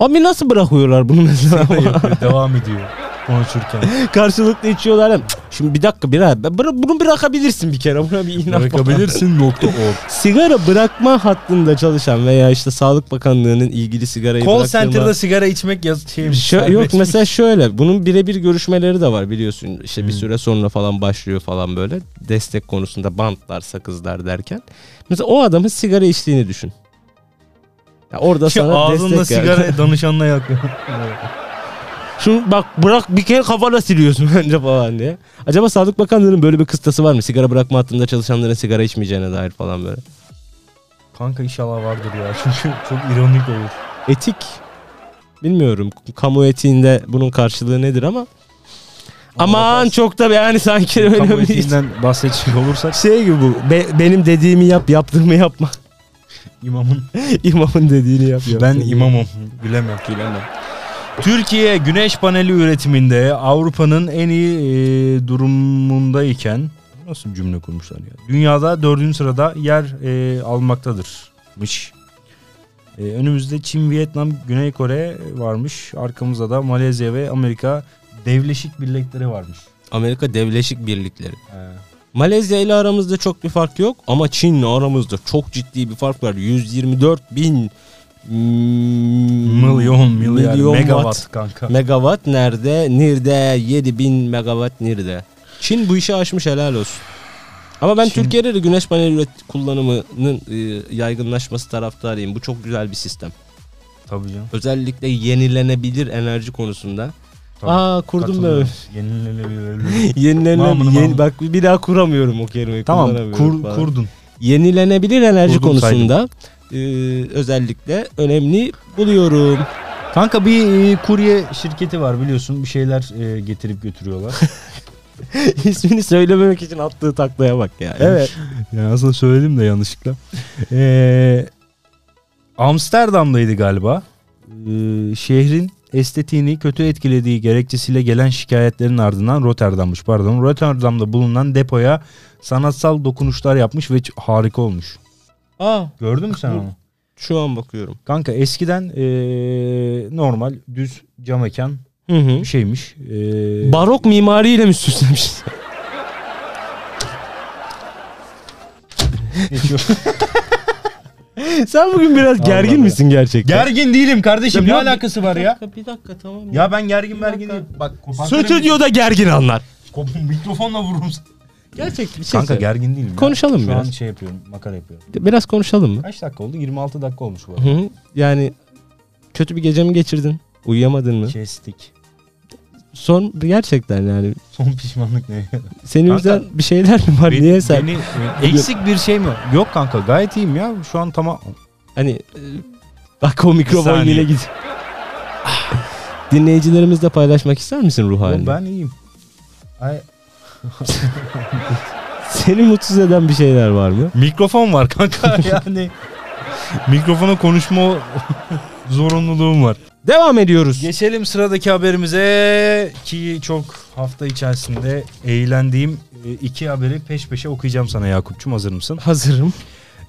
S2: Abi nasıl bırakıyorlar bunu mesela?
S1: Yapıyor, devam ediyor konuşurken.
S2: Karşılıklı içiyorlar. hem. Cık, Şimdi bir dakika bir abi. Bıra- Bunu bırakabilirsin bir kere. Buna bir inan.
S1: Bırakabilirsin nokta org.
S2: Sigara bırakma hattında çalışan veya işte Sağlık Bakanlığı'nın ilgili sigarayı
S1: Call
S2: bıraktırma...
S1: center'da sigara içmek yaz şey, şeymiş.
S2: Şö- yok
S1: serbestmiş.
S2: mesela şöyle bunun birebir görüşmeleri de var biliyorsun işte bir
S1: Hmm.
S2: süre sonra falan başlıyor falan böyle destek konusunda bantlar sakızlar derken mesela o adamın sigara içtiğini düşün. Ya orada
S1: Şu
S2: sana
S1: ağzında
S2: destek
S1: sigara
S2: Yani.
S1: danışanla yakıyor.
S2: Şunu bak bırak bir kere kafana siliyorsun bence falan diye. Acaba Sağlık Bakanlığı'nın böyle bir kıstası var mı? Sigara bırakma hattında çalışanların sigara içmeyeceğine dair falan böyle.
S1: Kanka inşallah vardır ya çünkü çok ironik olur.
S2: Etik bilmiyorum kamu etiğinde bunun karşılığı nedir ama aman çok da yani sanki
S1: Kamu
S2: öyle bir
S1: etiğinden bahsedecek olursak
S2: Şey gibi bu. be- benim dediğimi yap, yaptığımı yapma.
S1: imamın
S2: İmamın dediğini yap.
S1: ben
S2: yaptığımı yap.
S1: imamım bilemem.
S2: Gülemem.
S1: Türkiye güneş paneli üretiminde Avrupa'nın en iyi e, durumundayken nasıl bir cümle kurmuşlar ya? Dünyada dördüncü sırada yer e, almaktadırmış. E, önümüzde Çin, Vietnam, Güney Kore varmış. Arkamızda da Malezya ve Amerika Devleşik Birlikleri varmış.
S2: Amerika Devleşik Birlikleri.
S1: Ee,
S2: Malezya ile aramızda çok bir fark yok ama Çin'le aramızda çok ciddi bir fark var. 124 bin mm,
S1: milyon, milyar,
S2: milyon
S1: megawatt
S2: watt.
S1: kanka.
S2: Megawatt nerede? Nirde. 7 bin megawatt nirde. Çin bu işi aşmış helal olsun. Ama ben
S1: Çin-
S2: Türkiye'de de güneş paneli üret kullanımının e, yaygınlaşması taraftarıyım. Bu çok güzel bir sistem.
S1: Tabii canım.
S2: Özellikle yenilenebilir enerji konusunda.
S1: Tabii.
S2: Aa kurdum da
S1: Katılıyorum. Yenilenebilir. Mamını,
S2: yenilenen
S1: mamını.
S2: yeni, bak bir daha kuramıyorum o kelimeyi.
S1: Tamam
S2: kullanamıyorum
S1: kur,
S2: falan.
S1: kurdun.
S2: Yenilenebilir enerji
S1: Kurdum
S2: konusunda e, özellikle önemli buluyorum.
S1: Kanka bir e, kurye şirketi var biliyorsun bir şeyler e, getirip götürüyorlar.
S2: İsmini söylememek için attığı taklaya bak ya. Evet.
S1: yani aslında söyledim de yanlışlıkla. Ee, Amsterdam'daydı galiba. Ee, şehrin estetiğini kötü etkilediği gerekçesiyle gelen şikayetlerin ardından Rotterdam'mış pardon. Rotterdam'da bulunan depoya sanatsal dokunuşlar yapmış ve ç- harika olmuş.
S2: Aa
S1: Gördün mü sen onu?
S2: şu an bakıyorum.
S1: Kanka eskiden ee, normal düz cam mekan
S2: Hı hı.
S1: şeymiş. Ee,
S2: Barok mimariyle mi süslemiş?
S1: geçiyor.
S2: Sen bugün biraz gergin
S1: Allah'ım ya.
S2: misin gerçekten?
S1: gergin değilim kardeşim
S2: Ya
S1: ne
S2: bir-
S1: alakası var ya?
S2: Bir dakika tamam.
S1: Ya ben gergin bergin
S2: dakika.
S1: değilim. Bak
S2: Stüdyoda gergin anlar.
S1: Kop- mikrofonla vururum seni.
S2: Gerçek bir şey.
S1: Kanka gergin değilim. ya.
S2: Konuşalım
S1: Şu
S2: biraz.
S1: an şey yapıyorum makara yapıyorum.
S2: Biraz konuşalım mı?
S1: Kaç dakika oldu? 26 dakika olmuş bu
S2: Hı hı. Yani kötü bir gece mi geçirdin? Uyuyamadın mı?
S1: arada. Kestik.
S2: Son gerçekten yani.
S1: Son pişmanlık ne?
S2: Senin
S1: Kanka,
S2: yüzünden bir şeyler mi var?
S1: Beni-
S2: Niye sen?
S1: beni- eksik bir şey mi? Yok kanka gayet iyiyim ya. Şu an tamam.
S2: Hani e, bak o mikrofon
S1: saniye.
S2: yine gidiyor. Dinleyicilerimizle paylaşmak ister misin ruh halini?
S1: Ben iyiyim. Ay,
S2: Seni mutsuz eden bir şeyler var mı?
S1: mikrofon var kanka yani. Mikrofona konuşma zorunluluğum var.
S2: Devam ediyoruz.
S1: Geçelim sıradaki haberimize ki çok hafta içerisinde eğlendiğim e, iki haberi peş peşe okuyacağım sana Yakup'cum hazır mısın?
S2: Hazırım.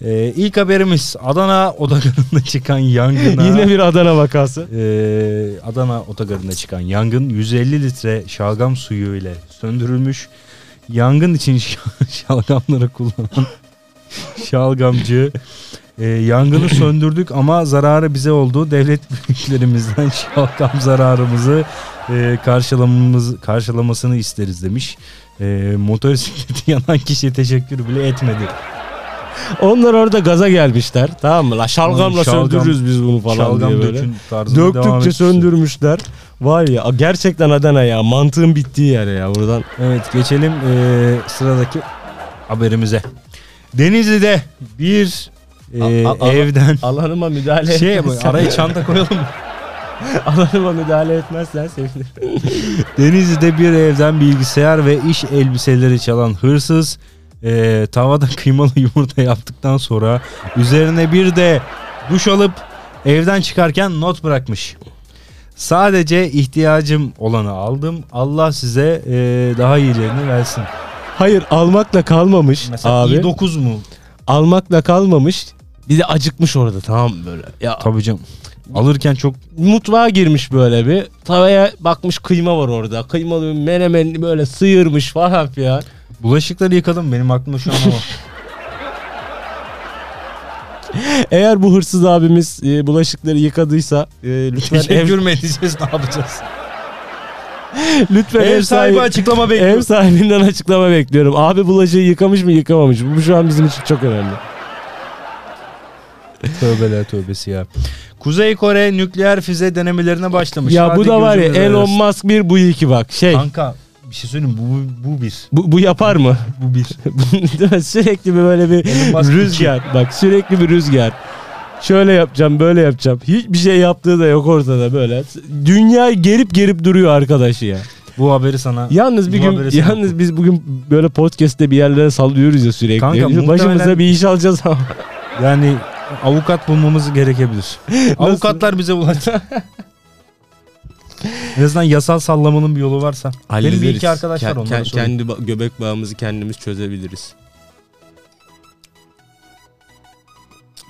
S1: Ee, ilk haberimiz Adana otogarında çıkan yangına.
S2: Yine bir Adana vakası.
S1: Ee, Adana otogarında çıkan yangın 150 litre şalgam suyu ile söndürülmüş. Yangın için şa- şalgamları kullanan şalgamcı ee, yangını söndürdük ama zararı bize oldu. Devlet büyüklerimizden şalgam zararımızı e, karşılamamız karşılamasını isteriz demiş. Ee, motosikleti yanan kişiye teşekkür bile etmedi.
S2: Onlar orada gaza gelmişler. Tamam mı? La şalgamla
S1: Şalgam-
S2: söndürürüz biz bunu falan
S1: şalgam
S2: diye böyle.
S1: dökün tarzında devam
S2: Döktükçe
S1: etmişler.
S2: söndürmüşler. Var ya gerçekten Adana ya. Mantığın bittiği yer ya buradan.
S1: Evet geçelim eee, sıradaki haberimize. Denizli'de bir eee,
S2: A- a- a-
S1: evden
S2: Alanıma müdahale
S1: şey bu,
S2: etmezsen-
S1: araya çanta koyalım. mı?
S2: alanıma müdahale etmezsen sevinirim.
S1: Denizli'de bir evden bilgisayar ve iş elbiseleri çalan hırsız eee, tavada kıymalı yumurta yaptıktan sonra üzerine bir de duş alıp evden çıkarken not bırakmış. Sadece ihtiyacım olanı aldım. Allah size eee, daha iyilerini versin.
S2: Hayır almakla kalmamış
S1: Mesela
S2: abi.
S1: i9 mu?
S2: almakla kalmamış. Bir de acıkmış orada tamam mı böyle. Ya
S1: Tabii canım. Alırken çok
S2: mutfağa girmiş böyle bir. Tavaya bakmış kıyma var orada. Kıymalı menemenli böyle sıyırmış falan filan.
S1: Bulaşıkları yıkadım benim aklımda şu an o.
S2: Eğer bu hırsız abimiz e, bulaşıkları yıkadıysa e, lütfen ev,
S1: Teşekkür mü edeceğiz ne yapacağız?
S2: lütfen
S1: Ev sahibi
S2: sahibi-
S1: açıklama
S2: Ev
S1: bekliyor.
S2: sahibinden açıklama bekliyorum. Abi bulaşığı yıkamış mı yıkamamış mı? Bu şu an bizim için çok önemli.
S1: Tövbeler tövbesi ya. Kuzey Kore nükleer füze denemelerine başlamış.
S2: ya bu
S1: Hadi
S2: da var ya
S1: gözümüzü
S2: Elon
S1: ayırırız.
S2: Musk bir bu iki bak. Şey
S1: Kanka bir şey söyleyeyim mi? bu, bu bir.
S2: bu, bu yapar mı?
S1: Bu bir.
S2: Değil mi? sürekli bir böyle bir
S1: Elon Musk
S2: rüzgar. Bak sürekli bir rüzgar. Şöyle yapacağım böyle yapacağım. Hiçbir şey yaptığı da yok ortada böyle. Dünya gerip gerip duruyor arkadaşı ya.
S1: Bu haberi sana.
S2: Yalnız bir
S1: Bu
S2: gün
S1: haberi sana-
S2: yalnız biz bugün böyle podcast'te bir yerlere sallıyoruz ya sürekli.
S1: Kanka,
S2: Başımıza
S1: muhtemelen-
S2: bir iş alacağız ama.
S1: Yani avukat bulmamız gerekebilir. Avukatlar bize ulaştı. En azından yasal sallamanın bir yolu varsa. Benim bir iki arkadaş var
S2: Ke-
S1: onlara
S2: ke-
S1: sorayım.
S2: kendi ba- göbek bağımızı kendimiz çözebiliriz.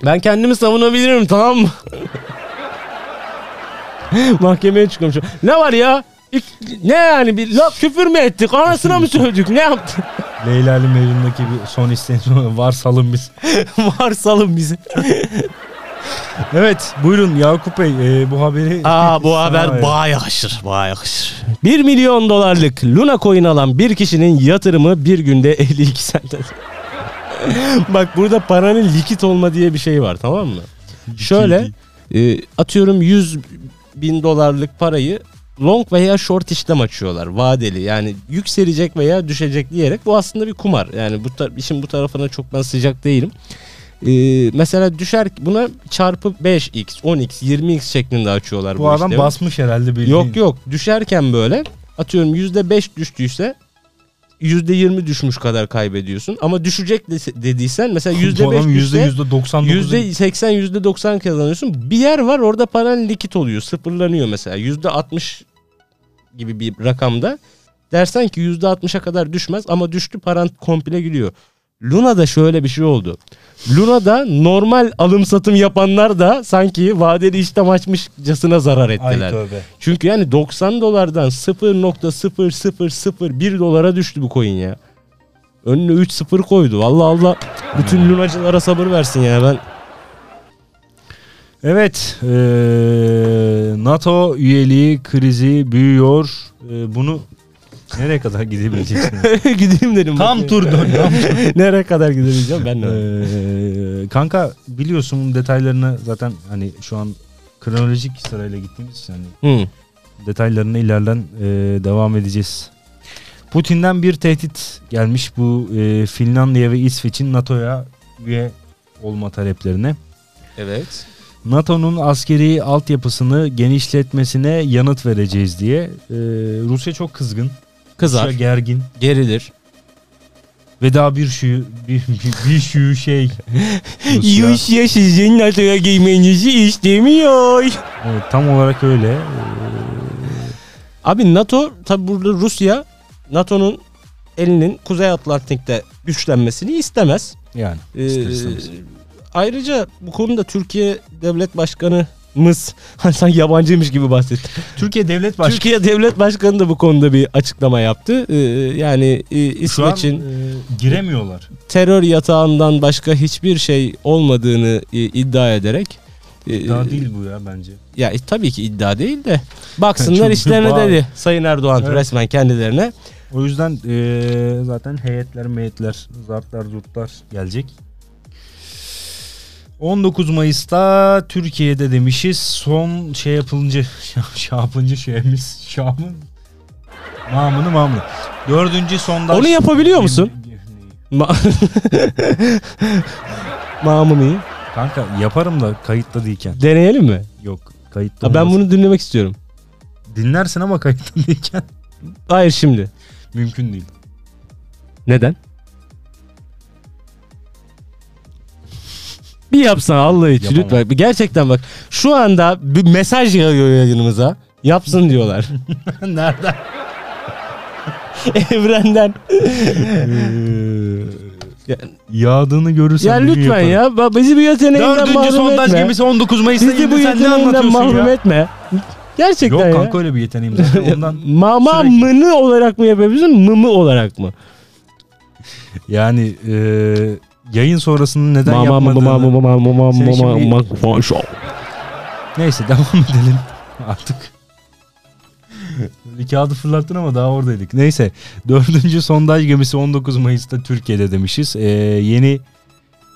S2: Ben kendimi savunabilirim tamam mı? Mahkemeye çıkıyorum şu an. Ne var ya? İlk- ne yani bir la küfür mü ettik? Anasına mı söyledik? Ne yaptık?
S1: Leyla ile Mecnun'daki bir son isteğin sonu var salın biz.
S2: var salın bizi.
S1: Evet buyurun Yakup Bey e, bu haberi.
S2: Aa bu haber
S1: Sana-
S2: bağa yakışır, bağa yakışır. 1 milyon dolarlık Luna coin alan bir kişinin yatırımı bir günde 52 sent. Bak burada paranın likit olma diye bir şey var tamam mı? Şöyle e, atıyorum 100 bin dolarlık parayı long veya short işlem açıyorlar vadeli yani yükselecek veya düşecek diyerek bu aslında bir kumar yani bu tar- işin bu tarafına çok ben sıcak değilim. Ee, mesela düşer buna çarpı 5x, 10x, 20x şeklinde açıyorlar bu,
S1: Bu adam
S2: işlemi.
S1: basmış herhalde bildiğin.
S2: Yok yok düşerken böyle atıyorum %5 düştüyse %20 düşmüş kadar kaybediyorsun ama düşecek de- dediysen mesela
S1: Bu adam
S2: %5
S1: yüzde
S2: düşse
S1: yüzde 99.
S2: Yüzde %80 yüzde %90 kazanıyorsun. Bir yer var orada paran likit oluyor. Sıfırlanıyor mesela. Yüzde %60 gibi bir rakamda. Dersen ki yüzde %60'a kadar düşmez ama düştü paran komple gidiyor. Luna'da şöyle bir şey oldu. Luna'da normal alım satım yapanlar da sanki vadeli işlem açmışcasına zarar
S1: Ay
S2: ettiler.
S1: tövbe.
S2: Çünkü yani 90 dolardan 0.0001 dolara düştü bu coin ya. Önüne 3 0 koydu. Allah Allah. Bütün lunacılara sabır versin ya ben.
S1: Evet e, NATO üyeliği krizi büyüyor. E, bunu nereye kadar gidebileceksin?
S2: Gideyim dedim.
S1: Tam
S2: Bakayım.
S1: tur dön. tam tur.
S2: Nereye kadar gidebileceğim ben de.
S1: Ee, kanka biliyorsun bunun detaylarını zaten hani şu an kronolojik sırayla gittiğimiz için hani
S2: Hı.
S1: detaylarına ilerlen e, devam edeceğiz. Putin'den bir tehdit gelmiş bu e, Finlandiya ve İsveç'in NATO'ya üye olma taleplerine.
S2: Evet.
S1: NATO'nun askeri altyapısını genişletmesine yanıt vereceğiz diye. E, Rusya çok kızgın,
S2: Kızar.
S1: Rusya gergin
S2: Gerilir.
S1: ve daha bir şu bir, bir, bir şu şey. Rusya-
S2: ya sizin NATO'ya giymenizi istemiyor.
S1: Evet, tam olarak öyle. Ee,
S2: Abi NATO tabi burada Rusya NATO'nun elinin Kuzey Atlantik'te güçlenmesini istemez.
S1: Yani
S2: Ee,
S1: ister istemez.
S2: ayrıca bu konuda Türkiye Devlet Başkanımız hani sanki yabancıymış gibi bahsetti.
S1: Türkiye Devlet Başkanı
S2: Türkiye Devlet Başkanı da bu konuda bir açıklama yaptı. Ee, yani e,
S1: şu an
S2: İsveç'in
S1: e, giremiyorlar.
S2: terör yatağından başka hiçbir şey olmadığını e, iddia ederek e,
S1: Daha değil bu ya bence.
S2: ya e, tabii ki iddia değil de
S1: Çok
S2: baksınlar
S1: bir
S2: işlerine
S1: bağ-
S2: dedi Sayın Erdoğan
S1: Evet.
S2: resmen kendilerine.
S1: O yüzden e, zaten heyetler, meyetler, zartlar, zurtlar gelecek. 19 Mayıs'ta Türkiye'de demişiz son şey yapılınca şapıncı şeyimiz Şam'ın mamını mamını. Dördüncü sondaj.
S2: Onu yapabiliyor musun? Ma- Mamuni.
S1: Kanka yaparım da kayıtta değilken.
S2: Deneyelim mi?
S1: Yok kayıtta
S2: Ha, ben
S1: olmaz.
S2: bunu dinlemek istiyorum.
S1: Dinlersin ama kayıtta değilken
S2: Hayır şimdi.
S1: mümkün değil.
S2: Neden? Bir yapsana Allah için
S1: Yapamam.
S2: lütfen. Gerçekten bak şu anda bir mesaj yağıyor yayınımıza. Yapsın diyorlar.
S1: Nereden?
S2: Evrenden. ya,
S1: Yağdığını görürsen
S2: ya
S1: bir gün
S2: lütfen
S1: yaparım.
S2: ya. ba- Bizi bu yeteneğinden
S1: Dördüncü
S2: mahrum
S1: sondaj
S2: etme.
S1: gemisi 19 Mayıs'ta
S2: Bizi bu
S1: indi. Sen ne
S2: yeteneğinden
S1: anlatıyorsun
S2: mahrum
S1: ya?
S2: etme. Gerçekten
S1: Yok
S2: ya.
S1: kanka öyle bir yeteneğim zaten ondan.
S2: Mama
S1: Sürekli.
S2: mını olarak mı yapabiliyorsun? Mımı olarak mı?
S1: Yani e, yayın sonrasını neden
S2: Mama mama
S1: yapmadığını.
S2: mama mama mama
S1: Seni
S2: mama
S1: şimdi-
S2: mama şov.
S1: Neyse devam edelim artık. Bir kağıdı fırlattın ama daha oradaydık. Neyse. Dördüncü sondaj gemisi 19 Mayıs'ta Türkiye'de demişiz. E, yeni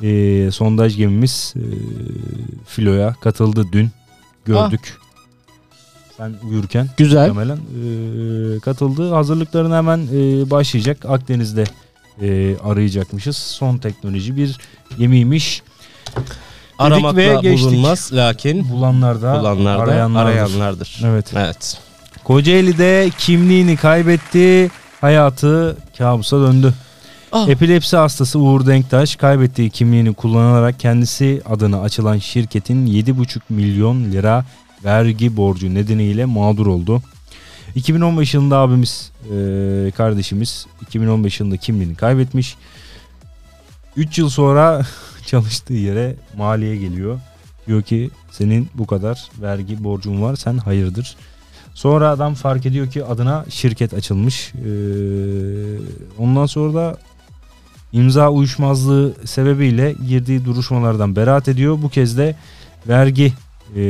S1: e, sondaj gemimiz e, filoya katıldı dün. Gördük. Sen uyurken.
S2: Güzel.
S1: muhtemelen e, katıldı. Hazırlıklarına hemen e, başlayacak. Akdeniz'de e, arayacakmışız. Son teknoloji bir gemiymiş.
S2: Aramakla
S1: ve geçtik.
S2: bulunmaz lakin
S1: Bulanlar da
S2: bulanlar da
S1: arayanlar.
S2: arayanlardır.
S1: Evet.
S2: Evet.
S1: Kocaeli'de kimliğini kaybetti. Hayatı kabusa döndü.
S2: Ah.
S1: Epilepsi hastası Uğur Denktaş kaybettiği kimliğini kullanarak kendisi adına açılan şirketin 7,5 milyon lira vergi borcu nedeniyle mağdur oldu. 2015 yılında abimiz, e, kardeşimiz 2015 yılında kimliğini kaybetmiş. 3 yıl sonra çalıştığı yere maliye geliyor. Diyor ki senin bu kadar vergi borcun var sen hayırdır. Sonra adam fark ediyor ki adına şirket açılmış. E, ondan sonra da imza uyuşmazlığı sebebiyle girdiği duruşmalardan beraat ediyor. Bu kez de vergi e,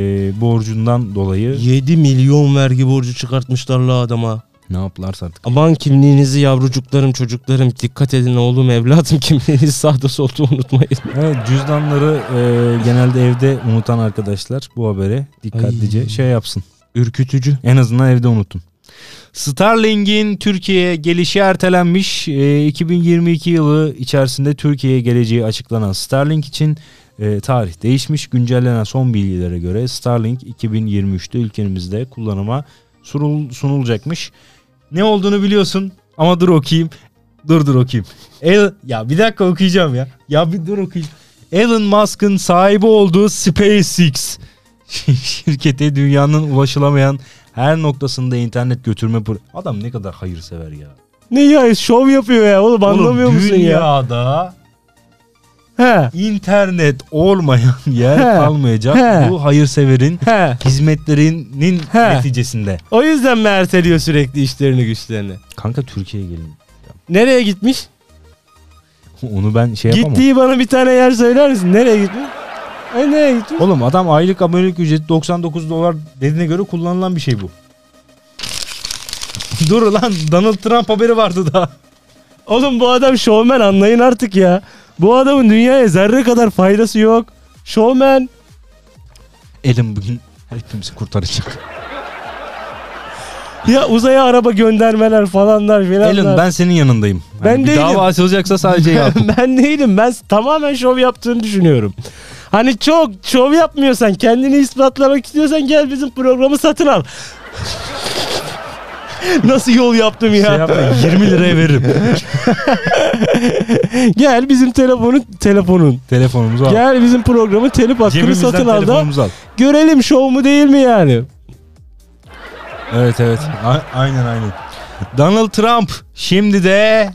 S1: borcundan dolayı
S5: 7 milyon vergi borcu çıkartmışlar la adama.
S1: ne yaptılarsa artık.
S5: Aman kimliğinizi yavrucuklarım çocuklarım dikkat edin oğlum evladım kimliğinizi sağda solda unutmayın.
S1: Evet cüzdanları e, genelde evde unutan arkadaşlar bu habere dikkatlice
S5: Ay.
S1: şey yapsın.
S5: Ürkütücü.
S1: En azından evde unutun. Starlink'in Türkiye'ye gelişi ertelenmiş. E, 2022 yılı içerisinde Türkiye'ye geleceği açıklanan Starlink için e, tarih değişmiş. Güncellenen son bilgilere göre Starlink 2023'te ülkemizde kullanıma sunul- sunulacakmış. Ne olduğunu biliyorsun ama dur okuyayım. Dur dur okuyayım. El ya bir dakika okuyacağım ya. Ya bir dur okuyayım. Elon Musk'ın sahibi olduğu SpaceX şirketi dünyanın ulaşılamayan her noktasında internet götürme pro- Adam ne kadar hayırsever ya.
S2: Ne ya şov yapıyor ya oğlum anlamıyor
S1: Oğlum,
S2: musun ya?
S1: Dünyada
S2: He.
S1: internet olmayan yer
S2: He.
S1: kalmayacak.
S2: He.
S1: Bu hayırseverin
S2: He.
S1: hizmetlerinin
S2: He.
S1: neticesinde.
S2: O yüzden mi erteliyor sürekli işlerini güçlerini?
S1: Kanka Türkiye'ye gelin.
S2: Nereye gitmiş?
S1: Onu ben şey yapamam.
S2: Gittiği bana bir tane yer söyler misin? Nereye gitmiş? E nereye gitmiş?
S1: Oğlum adam aylık abonelik ücreti 99 dolar dediğine göre kullanılan bir şey bu. Dur lan Donald Trump haberi vardı da.
S2: Oğlum bu adam şovmen anlayın artık ya. Bu adamın dünyaya zerre kadar faydası yok. Şovmen.
S1: Elim bugün hepimizi kurtaracak.
S2: Ya uzaya araba göndermeler falanlar filanlar.
S1: Elon ben senin yanındayım.
S2: Ben
S1: bir
S2: değilim.
S1: Dava açılacaksa sadece Yakup.
S2: ben değilim. Ben tamamen şov yaptığını düşünüyorum. Hani çok şov yapmıyorsan, kendini ispatlamak istiyorsan gel bizim programı satın al. Nasıl yol yaptım ya?
S1: Şey yapma, 20 liraya veririm.
S2: Gel bizim telefonu telefonun.
S1: Telefonumuzu al.
S2: Gel bizim programın telif hakkını
S1: Cebimizden
S2: satın al da
S1: telefonumuzu al.
S2: görelim şov mu değil mi yani?
S1: Evet evet. A- aynen aynen. Donald Trump şimdi de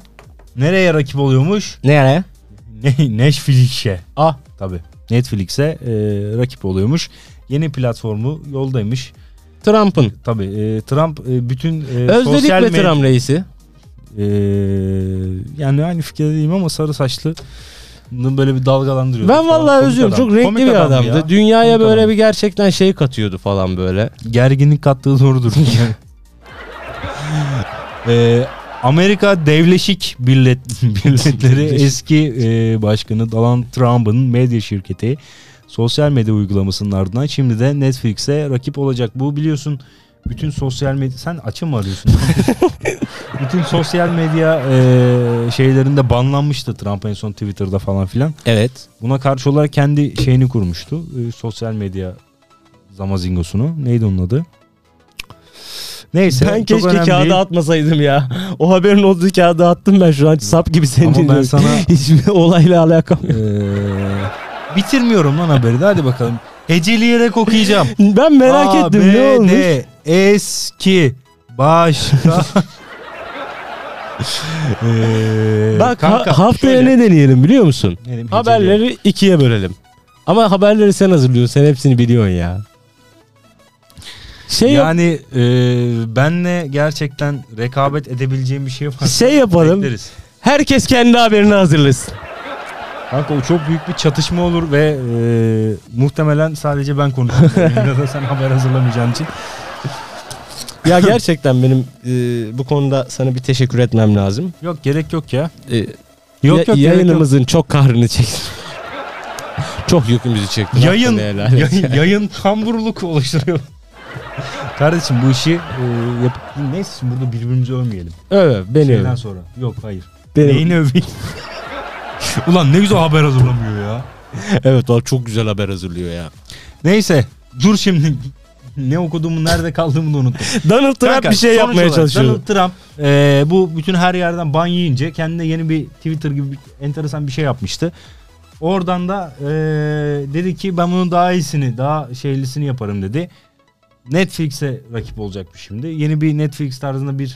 S1: nereye rakip oluyormuş?
S2: Nereye?
S1: Ne- Netflix'e. Ah tabii. Netflix'e e, rakip oluyormuş. Yeni platformu yoldaymış.
S2: Trump'ın.
S1: Tabii e, Trump e, bütün e,
S2: Özledik
S1: sosyal
S2: be
S1: medya-
S2: Trump reisi.
S1: E, yani aynı fikirde değilim ama sarı saçlı böyle bir dalgalandırıyor.
S2: Ben vallahi özlüyorum. Çok renkli bir adamdı. Dünyaya
S1: Komik
S2: böyle
S1: adam.
S2: bir gerçekten şey katıyordu falan böyle.
S1: gerginlik kattığı doğrudur. Eee, Ee, Amerika Devleşik Millet, Milletleri eski eee, başkanı Donald Trump'ın medya şirketi sosyal medya uygulamasının ardından şimdi de Netflix'e rakip olacak. Bu biliyorsun bütün sosyal medya sen açı mı arıyorsun? bütün sosyal medya eee, şeylerinde banlanmıştı Trump en son Twitter'da falan filan.
S2: Evet.
S1: Buna karşı olarak kendi şeyini kurmuştu. Ee, sosyal medya zamazingosunu. Neydi onun adı? Neyse.
S2: ben
S1: çok
S2: keşke
S1: önemli
S2: kağıda
S1: değil.
S2: atmasaydım ya. O haberin olduğu kağıda attım ben şu an sap gibi seni
S1: Ama ben
S2: dinliyorum.
S1: sana-
S2: Hiçbir olayla alakam yok.
S1: Ee, bitirmiyorum lan haberi de hadi bakalım. Heceleyerek okuyacağım.
S2: Ben merak
S1: A,
S2: ettim
S1: B,
S2: ne olmuş?
S1: D, E, eski başka. Ee,
S2: Bak ha-
S1: kanka,
S2: haftaya
S1: şöyle-
S2: ne deneyelim biliyor musun?
S1: Ne diyeyim, heceleyelim.
S2: Haberleri ikiye bölelim. Ama haberleri sen hazırlıyorsun. Sen hepsini biliyorsun ya. Şey yap-
S1: Yani e, benle gerçekten rekabet edebileceğim bir şey var.
S2: şey yapalım.
S1: Bekleriz.
S2: Herkes kendi haberini hazırlasın.
S1: Kanka o çok büyük bir çatışma olur ve e, muhtemelen sadece ben konuşurum. Yine de sen haber hazırlamayacağın için.
S2: ya gerçekten benim e, bu konuda sana bir teşekkür etmem lazım.
S1: Yok gerek yok ya.
S2: E,
S1: Yok
S2: ya-
S1: yok gerek
S2: yayınımızın çok kahrını çektim. çok yükümüzü çektim.
S1: yok. Yayın,
S2: Hakkını helal et.
S1: yayın, yayın kamburluk oluşturuyor. Kardeşim bu işi e, yap... Neyse şimdi burada birbirimizi övmeyelim.
S2: Evet beni
S1: Şeyden
S2: öv.
S1: sonra. Yok hayır.
S2: Beni öv.
S1: Neyini öveyim? Ulan ne güzel haber hazırlamıyor ya.
S2: Evet o çok güzel haber hazırlıyor ya.
S1: Neyse dur şimdi. ne okuduğumu nerede kaldığımı da unuttum.
S2: Donald Trump
S1: Kanka,
S2: bir şey
S1: sonuç
S2: yapmaya
S1: olarak
S2: çalışıyor.
S1: Donald Trump e, bu bütün her yerden ban yiyince kendine yeni bir Twitter gibi bir enteresan bir şey yapmıştı. Oradan da e, dedi ki ben bunun daha iyisini, daha şeylisini yaparım dedi. Netflix'e rakip olacakmış şimdi. Yeni bir Netflix tarzında bir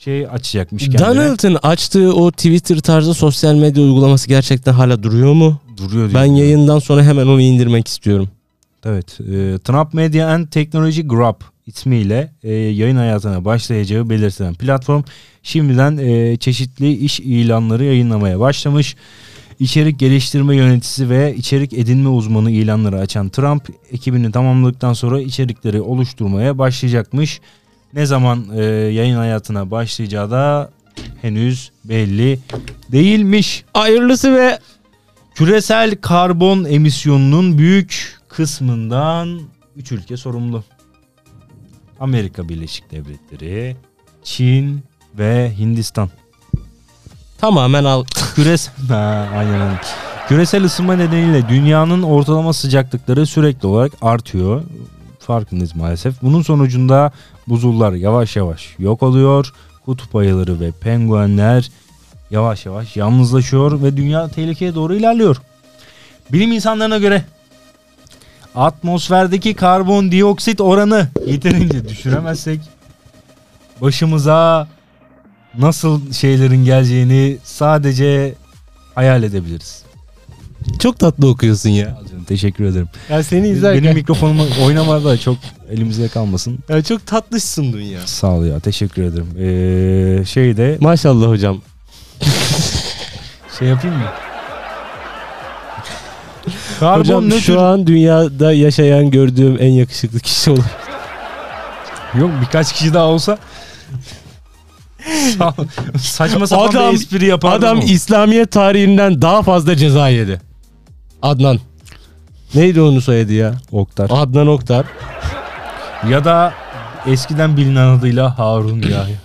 S1: şey açacakmış kendine.
S2: Donald'ın açtığı o Twitter tarzı sosyal medya uygulaması gerçekten hala duruyor mu?
S1: Duruyor diyor.
S2: Ben yayından sonra hemen onu indirmek istiyorum.
S1: Evet. E, Trump Media and Technology Group ismiyle e, yayın hayatına başlayacağı belirtilen platform şimdiden e, çeşitli iş ilanları yayınlamaya başlamış. İçerik geliştirme yöneticisi ve içerik edinme uzmanı ilanları açan Trump ekibini tamamladıktan sonra içerikleri oluşturmaya başlayacakmış. Ne zaman e, yayın hayatına başlayacağı da henüz belli değilmiş.
S2: Hayırlısı ve
S1: Küresel karbon emisyonunun büyük kısmından 3 ülke sorumlu. Amerika Birleşik Devletleri, Çin ve Hindistan.
S2: tamamen al.
S1: Küresel Ha, aynen öyle. Küresel ısınma nedeniyle dünyanın ortalama sıcaklıkları sürekli olarak artıyor. Farkındayız maalesef. Bunun sonucunda buzullar yavaş yavaş yok oluyor. Kutup ayıları ve penguenler yavaş yavaş yalnızlaşıyor ve dünya tehlikeye doğru ilerliyor. Bilim insanlarına göre atmosferdeki karbondioksit oranı yeterince düşüremezsek başımıza nasıl şeylerin geleceğini sadece hayal edebiliriz.
S2: Çok tatlı okuyorsun ya.
S1: Alcanım, Teşekkür ederim.
S2: Ya seni
S1: Benim mikrofonuma oynamada da çok elimizde kalmasın.
S2: ya çok tatlısın dünya.
S1: Sağ ol ya. Teşekkür ederim. Ee, şey de
S2: Maşallah hocam.
S1: şey yapayım mı? Karbon
S2: hocam
S1: nötr.
S2: şu an dünyada yaşayan gördüğüm en yakışıklı kişi olur.
S1: Yok birkaç kişi daha olsa. Sa- Saçma sapan
S2: Adam-
S1: bir espri yapardım.
S2: Adam
S1: ama.
S2: İslamiyet tarihinden daha fazla ceza yedi. Adnan. Neydi onun soyadı ya?
S1: Oktar.
S2: Adnan Oktar.
S1: Ya da eskiden bilinen adıyla Harun Yahya.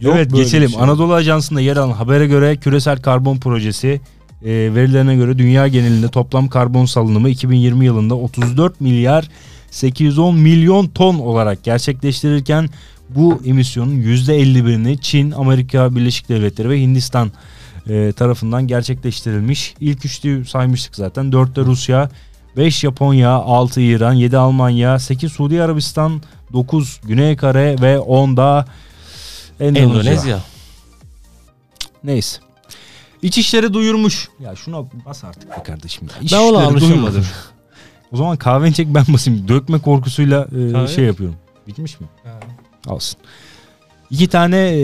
S2: Yok
S1: evet
S2: böyle
S1: geçelim.
S2: bir şey.
S1: Anadolu Ajansı'nda yer alan habere göre küresel karbon projesi e, verilerine göre dünya genelinde toplam karbon salınımı 2020 yılında 34 milyar 810 milyon ton olarak gerçekleştirirken bu emisyonun %51'ini Çin, Amerika Birleşik Devletleri ve Hindistan e, tarafından gerçekleştirilmiş. İlk üçlüyü saymıştık zaten. Dörtte Rusya, 5 Japonya, 6 İran, 7 Almanya, 8 Suudi Arabistan, 9 Güney Kore ve 10 da Endonezya. Neyse. İçişleri duyurmuş. Ya şuna bas artık be kardeşim. Ya. İçişleri
S2: ona
S1: duyurmuş.
S2: alışamadım.
S1: O zaman kahveni çek ben basayım. Dökme korkusuyla e,
S2: Kahve?
S1: şey yapıyorum. Bitmiş mi? Alsın. İki tane e,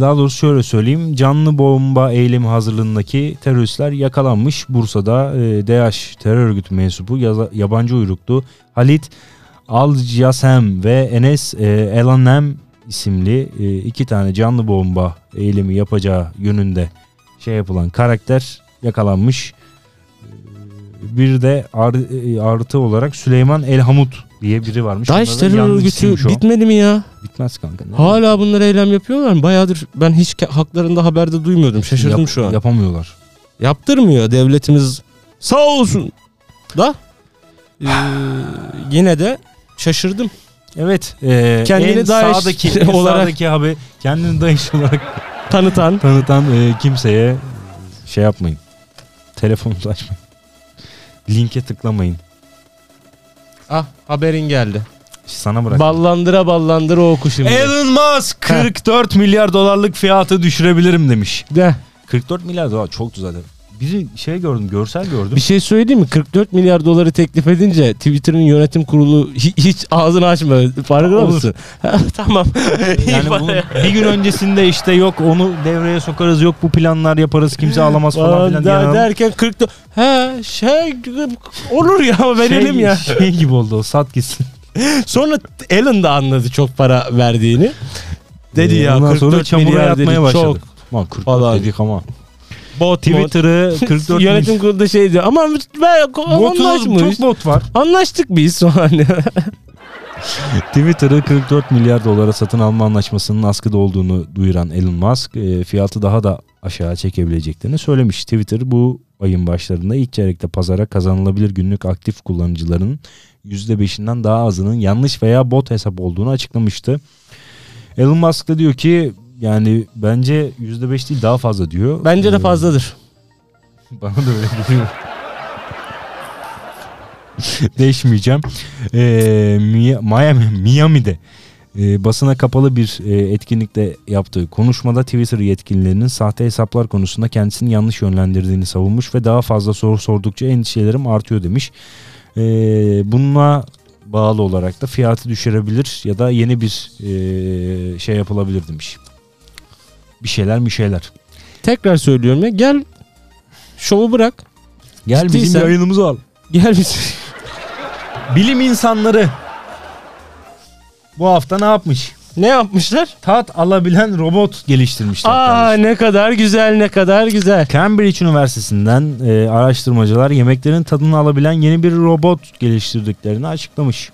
S1: daha doğrusu şöyle söyleyeyim. Canlı bomba eylemi hazırlığındaki teröristler yakalanmış. Bursa'da e, DH terör örgütü mensubu yaza- yabancı uyruklu Halit Al-Yasem ve Enes e, Elanem isimli e, iki tane canlı bomba eylemi yapacağı yönünde şey yapılan karakter yakalanmış. E, Bir de ar- e, artı olarak Süleyman Elhamut diye biri varmış.
S2: Daesh
S1: Bunlar da
S2: terör
S1: yalnız
S2: örgütü
S1: isimmiş o.
S2: bitmedi mi ya?
S1: bitmez kanka. Ne
S2: Hala bunlar eylem yapıyorlar mı? Bayağıdır ben hiç ke- haklarında haberde duymuyordum. Şaşırdım
S1: Yap-
S2: şu an.
S1: Yapamıyorlar.
S2: Yaptırmıyor devletimiz. Sağ olsun. Da ee, yine de şaşırdım.
S1: Evet. E,
S2: Kendini
S1: en
S2: Daesh
S1: sağdaki, en
S2: olarak-
S1: sağdaki abi kendini Daesh olarak
S2: Tanıtan.
S1: tanıtan e, kimseye e, şey yapmayın. Telefonunuzu açmayın. Linke tıklamayın.
S2: Ah haberin geldi.
S1: Sana bırak.
S2: Ballandıra ballandıra o oku şimdi.
S1: Elon Musk 44 milyar dolarlık fiyatı düşürebilirim demiş.
S2: De.
S1: 44 milyar dolar çoktu zaten. Bir şey gördüm, görsel gördüm.
S2: Bir şey söyleyeyim mi? 44 milyar doları teklif edince Twitter'ın yönetim kurulu hi- hiç ağzını açmıyor. Farkında
S1: Olur.
S2: mısın? Ha, tamam. şey
S1: Yani bunun bir gün öncesinde işte yok onu devreye sokarız, yok bu planlar yaparız, kimse alamaz falan filan.
S2: Der-
S1: diyen adam-
S2: derken 44 he şey olur ya verelim
S1: şey,
S2: ya.
S1: Şey gibi oldu o sat gitsin.
S2: Sonra Alan da anladı çok para verdiğini. Dedi
S1: Ee,
S2: ya
S1: ondan
S2: 44
S1: sonra çamura
S2: milyar
S1: yatmaya
S2: dedi,
S1: başladı.
S2: Çok.
S1: Ulan 44
S2: Falan.
S1: dedik ama.
S2: Bot Twitter
S1: Twitter'ı 44
S2: yönetim kurulu şey diyor. Ama ben
S1: Botu,
S2: anlaşmış.
S1: çok bot var.
S2: Anlaştık biz sonra. hani
S1: Twitter'ı 44 milyar dolara satın alma anlaşmasının askıda olduğunu duyuran Elon Musk e, fiyatı daha da aşağı çekebileceklerini söylemiş. Twitter bu ayın başlarında ilk çeyrekte pazara kazanılabilir günlük aktif kullanıcıların %5'inden daha azının yanlış veya bot hesap olduğunu açıklamıştı. Elon Musk da diyor ki yani bence %5 değil daha fazla diyor. E,
S2: Bence de
S1: Ee,
S2: fazladır.
S1: Bana da öyle geliyor. değişmeyeceğim. Ee, Mi- Miami, Miami'de e, basına kapalı bir e, etkinlikte yaptığı konuşmada Twitter yetkililerinin sahte hesaplar konusunda kendisini yanlış yönlendirdiğini savunmuş ve daha fazla soru sordukça endişelerim artıyor demiş. Ee, bununla bağlı olarak da fiyatı düşürebilir ya da yeni bir e, şey yapılabilir demiş. Bir şeyler bir şeyler.
S2: Tekrar söylüyorum ya gel şovu bırak.
S1: Gel bizim
S2: Ciddiysen-
S1: yayınımızı al.
S2: Gel biz.
S1: Bilim insanları bu hafta ne yapmış?
S2: ne yapmışlar?
S1: Tat alabilen robot geliştirmişler.
S2: Aa
S1: kardeşim.
S2: ne kadar güzel ne kadar güzel.
S1: Cambridge Üniversitesi'nden e, araştırmacılar yemeklerin tadını alabilen yeni bir robot geliştirdiklerini açıklamış.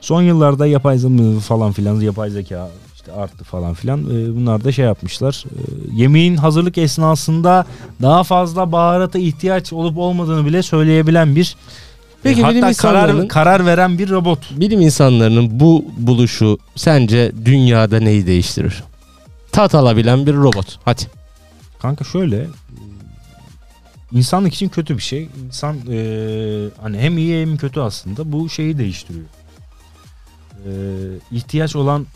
S1: Son yıllarda yapay zeka falan filan yapay zeka işte arttı falan filan. E, bunlar da şey yapmışlar. E, yemeğin hazırlık esnasında daha fazla baharata ihtiyaç olup olmadığını bile söyleyebilen bir
S2: Peki,
S1: e,
S2: bilim
S1: hatta karar
S2: insanlarının-
S1: karar veren bir robot.
S2: Bilim insanlarının bu buluşu sence dünyada neyi değiştirir? Tat alabilen bir robot. Hadi.
S1: Kanka şöyle e, insanlık için kötü bir şey. İnsan e, hani hem iyi hem kötü aslında. Bu şeyi değiştiriyor. E, ihtiyaç olan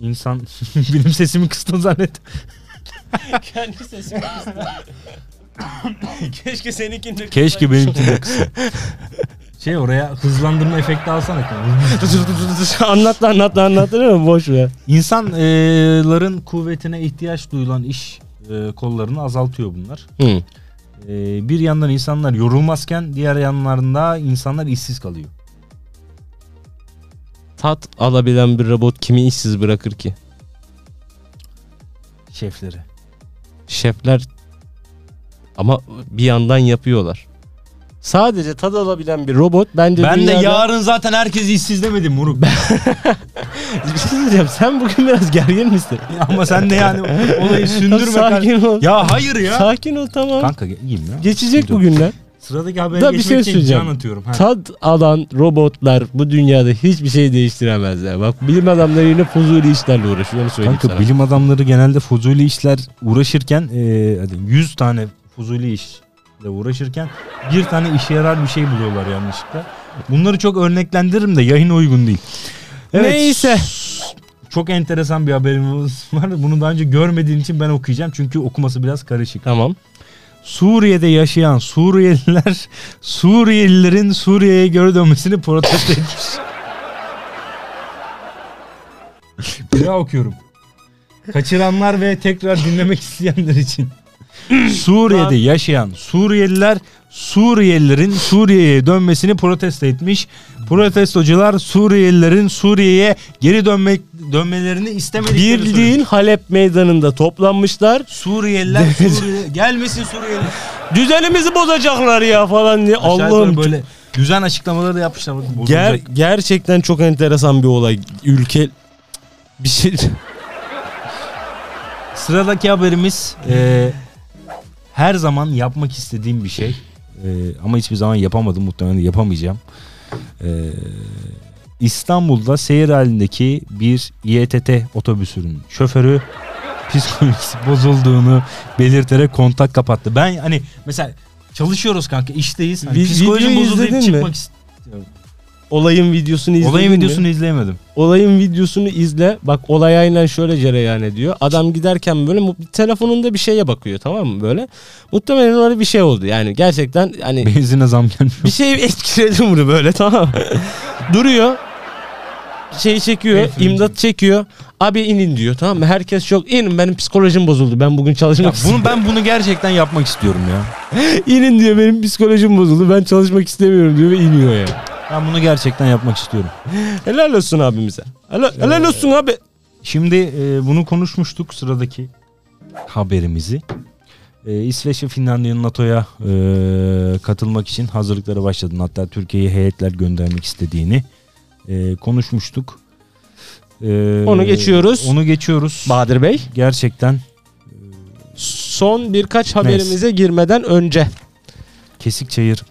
S1: insan benim sesimi kıstın zannet.
S5: Kendi sesimi Keşke seninkini de
S1: Keşke benimki de kısa. Şey oraya hızlandırma efekti alsana.
S2: anlat lan anlat lan anlat değil mi? Boş ver.
S1: İnsanların kuvvetine ihtiyaç duyulan iş e, kollarını azaltıyor bunlar.
S2: Hı.
S1: E, bir yandan insanlar yorulmazken diğer yanlarında insanlar işsiz kalıyor.
S2: Tat alabilen bir robot kimi işsiz bırakır ki?
S1: Şefleri.
S2: Şefler ama bir yandan yapıyorlar. Sadece tat alabilen bir robot bence
S1: Ben de
S2: dünyada-
S1: yarın zaten herkes işsiz demedim Muruk.
S2: Bir şey diyeceğim sen bugün biraz gergin misin?
S1: Ama sen de yani olayı sündürme.
S2: Sakin
S1: kardeşim.
S2: ol.
S1: Ya hayır ya.
S2: Sakin ol tamam.
S1: Kanka iyiyim ya.
S2: Geçecek
S1: Dur.
S2: bugünler.
S1: Sıradaki habere
S2: Da bir
S1: geçmek
S2: şey
S1: için can
S2: söyleyeceğim.
S1: atıyorum. Ha.
S2: Tat alan robotlar bu dünyada hiçbir şey değiştiremezler. Bak bilim adamları yine fuzuli işlerle uğraşıyor onu söyleyeyim
S1: Kanka
S2: sana.
S1: bilim adamları genelde fuzuli işler uğraşırken e, hadi 100 tane fuzuli işle uğraşırken bir tane işe yarar bir şey buluyorlar yanlışlıkla. Bunları çok örneklendiririm de yayına uygun değil.
S2: Neyse.
S1: Çok enteresan bir haberimiz var. Bunu daha önce görmediğin için ben okuyacağım. Çünkü okuması biraz karışık.
S2: Tamam.
S1: Suriye'de yaşayan Suriyeliler Suriyelilerin Suriye'ye geri dönmesini protesto etmiş. Bir daha okuyorum. Kaçıranlar ve tekrar dinlemek isteyenler için. Suriye'de yaşayan Suriyeliler Suriyelilerin Suriye'ye dönmesini protesto etmiş. Protestocular Suriyelilerin Suriye'ye geri dönmek dönmelerini istemedikleri söylemiş.
S2: Bildiğin Halep meydanında toplanmışlar.
S1: Suriyeliler Suriye gelmesin Suriyeliler.
S2: Düzenimizi bozacaklar ya falan diye.
S1: Aşağı yukarı
S2: Allah'ım
S1: böyle güzel açıklamaları da yapmışlar. Bakın bozulacak.
S2: Ger gerçekten çok enteresan bir olay. Ülke bir şey
S1: Sıradaki haberimiz e, her zaman yapmak istediğim bir şey. E, ama hiçbir zaman yapamadım. Muhtemelen de yapamayacağım. E, İstanbul'da seyir halindeki bir İETT otobüsünün şoförü psikolojisi bozulduğunu belirterek kontak kapattı. Ben hani mesela çalışıyoruz kanka işteyiz. Hani
S2: Vi-
S1: psikolojim
S2: videoyu
S1: bozuldu deyip
S2: izledin mi?
S1: çıkmak ist-
S2: olayın videosunu izledin
S1: Olayın
S2: mi?
S1: videosunu izleyemedim.
S2: Olayın videosunu izle. Bak olay aynen şöyle cereyan ediyor. Adam giderken böyle mu- telefonunda bir şeye bakıyor tamam mı böyle. Muhtemelen öyle bir şey oldu. Yani gerçekten hani
S1: Benzine zam gelmiyor.
S2: bir şey etkiledi bunu böyle tamam mı? Duruyor. Şey çekiyor,
S1: Beyefendi.
S2: imdat çekiyor. Abi inin diyor tamam mı? Herkes çok inin benim psikolojim bozuldu. Ben bugün çalışmak
S1: Ya bunu ben bunu gerçekten yapmak istiyorum ya.
S2: İnin diyor benim psikolojim bozuldu. Ben çalışmak istemiyorum diyor ve iniyor ya.
S1: Ben bunu gerçekten yapmak istiyorum.
S2: Helal olsun abimize. Helal, helal olsun abi.
S1: Şimdi e, bunu konuşmuştuk sıradaki haberimizi. E, İsveç ve Finlandiya'nın NATO'ya e, katılmak için hazırlıklara başladığını hatta Türkiye'ye heyetler göndermek istediğini e, konuşmuştuk. E,
S2: Onu geçiyoruz.
S1: Onu geçiyoruz.
S2: Bahadır Bey.
S1: gerçekten
S2: Son birkaç haberimize girmeden önce.
S1: kesik çayır.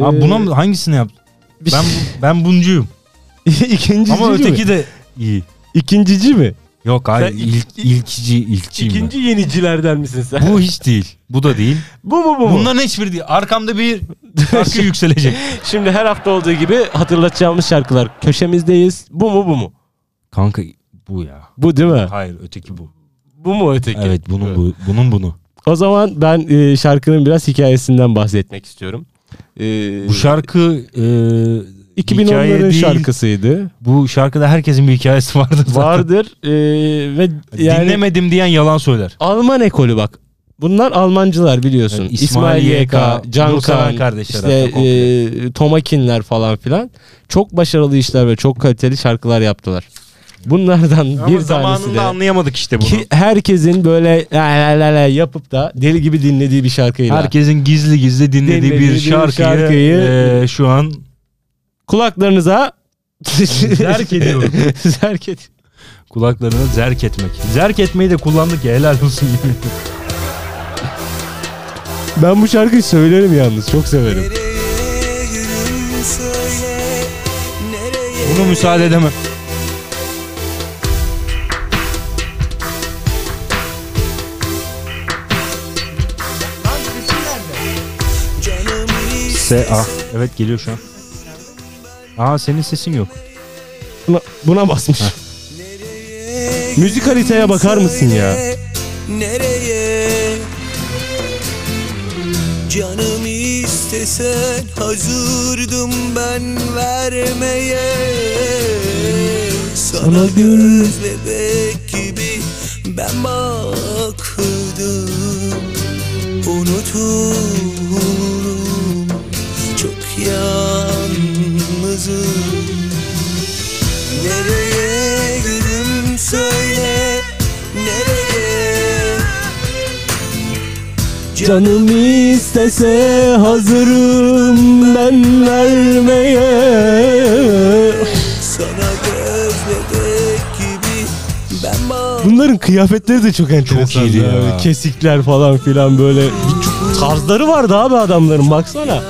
S1: Abi buna mı, hangisini yap?
S2: Ee, Bir- şey-
S1: Ben bu- ben buncuyum.
S2: ikincici
S1: Ama
S2: mi?
S1: öteki de iyi.
S2: İkincici mi?
S1: Yok hayır
S2: ilk-
S1: ilk, ilkici ilkçiyim ben.
S2: İkinci yenicilerden misin sen?
S1: Bu hiç değil. Bu da değil.
S2: Bu mu bu mu?
S1: Bunların hiçbiri değil. Arkamda bir şarkı yükselecek.
S2: Şimdi her hafta olduğu gibi hatırlatacağımız şarkılar köşemizdeyiz. Bu mu bu mu?
S1: Kanka bu ya.
S2: Bu değil mi?
S1: Hayır öteki bu.
S2: Bu mu öteki?
S1: Evet bunun bu, bunun bunu.
S2: O zaman ben e, şarkının biraz hikayesinden bahsetmek istiyorum. E,
S1: Bu şarkı e,
S2: 2010'ların
S1: hikaye değil.
S2: şarkısıydı.
S1: Bu şarkıda herkesin bir hikayesi vardır zaten.
S2: Vardır e, ve yani
S1: Dinlemedim diyen yalan söyler.
S2: Alman ekolü bak. Bunlar Almancılar biliyorsun.
S1: Evet, İsmail
S2: İsmail, YK,
S1: YK,
S2: Can
S1: Nurseven
S2: Kaan,
S1: kardeşler
S2: işte
S1: hatta komple.
S2: e, Tomakinler falan filan. Çok başarılı işler ve çok kaliteli şarkılar yaptılar. Bunlardan
S1: Ama
S2: bir tanesi
S1: zamanında
S2: de
S1: anlayamadık işte bunu.
S2: ki herkesin böyle la la la la yapıp da deli gibi dinlediği bir şarkıyla.
S1: Herkesin gizli gizli dinlediği
S2: Dinlediği
S1: bir
S2: bir
S1: şarkıyı,
S2: şarkıyı-
S1: e, şu an
S2: Kulaklarınıza
S1: Zerk ediyorum.
S2: Zerk ediyorum.
S1: kulaklarına zerk etmek. Zerk etmeyi de kullandık ya helal olsun.
S2: Ben bu şarkıyı söylerim yalnız. Çok severim.
S4: Nereye yürü söyle Nereye
S1: Bunu müsaade edemem.
S4: Canım
S1: Se ah evet geliyor şu an. Aa senin sesin yok.
S2: Buna, buna basmış. Müzikaliteye bakar mısın ya?
S4: Nereye? Canım istesen hazırdım ben vermeye Sana göz bebek gibi ben baktım Unutulurum çok yalnızım Nereye gülüm söyle nereye
S2: Canım istese hazırım ben vermeye.
S4: sana göz bebek gibi ben bak
S2: Bunların kıyafetleri de çok enteresan.
S1: iyiydi ya.
S2: Kesikler falan filan böyle. Bir çok- Tarzları vardı abi adamların baksana.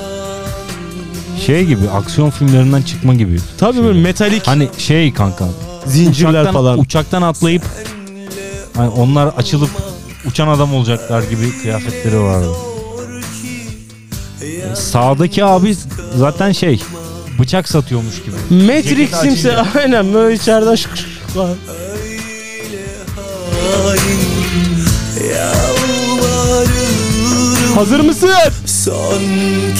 S1: Şey gibi aksiyon filmlerinden çıkma gibi.
S2: Tabii
S1: Şey.
S2: böyle metalik
S1: Hani şey kanka.
S2: zincirler
S1: uçaktan,
S2: falan.
S1: Uçaktan atlayıp hani onlar açılıp uçan adam olacaklar gibi kıyafetleri vardı. E, Sağdaki abi zaten şey bıçak satıyormuş gibi.
S2: Matrix
S1: Ceketi
S2: simse
S1: açınca.
S2: aynen böyle içeriden şık şık şık falan.
S4: hain yalvarırım
S2: Hazır mısın?
S4: son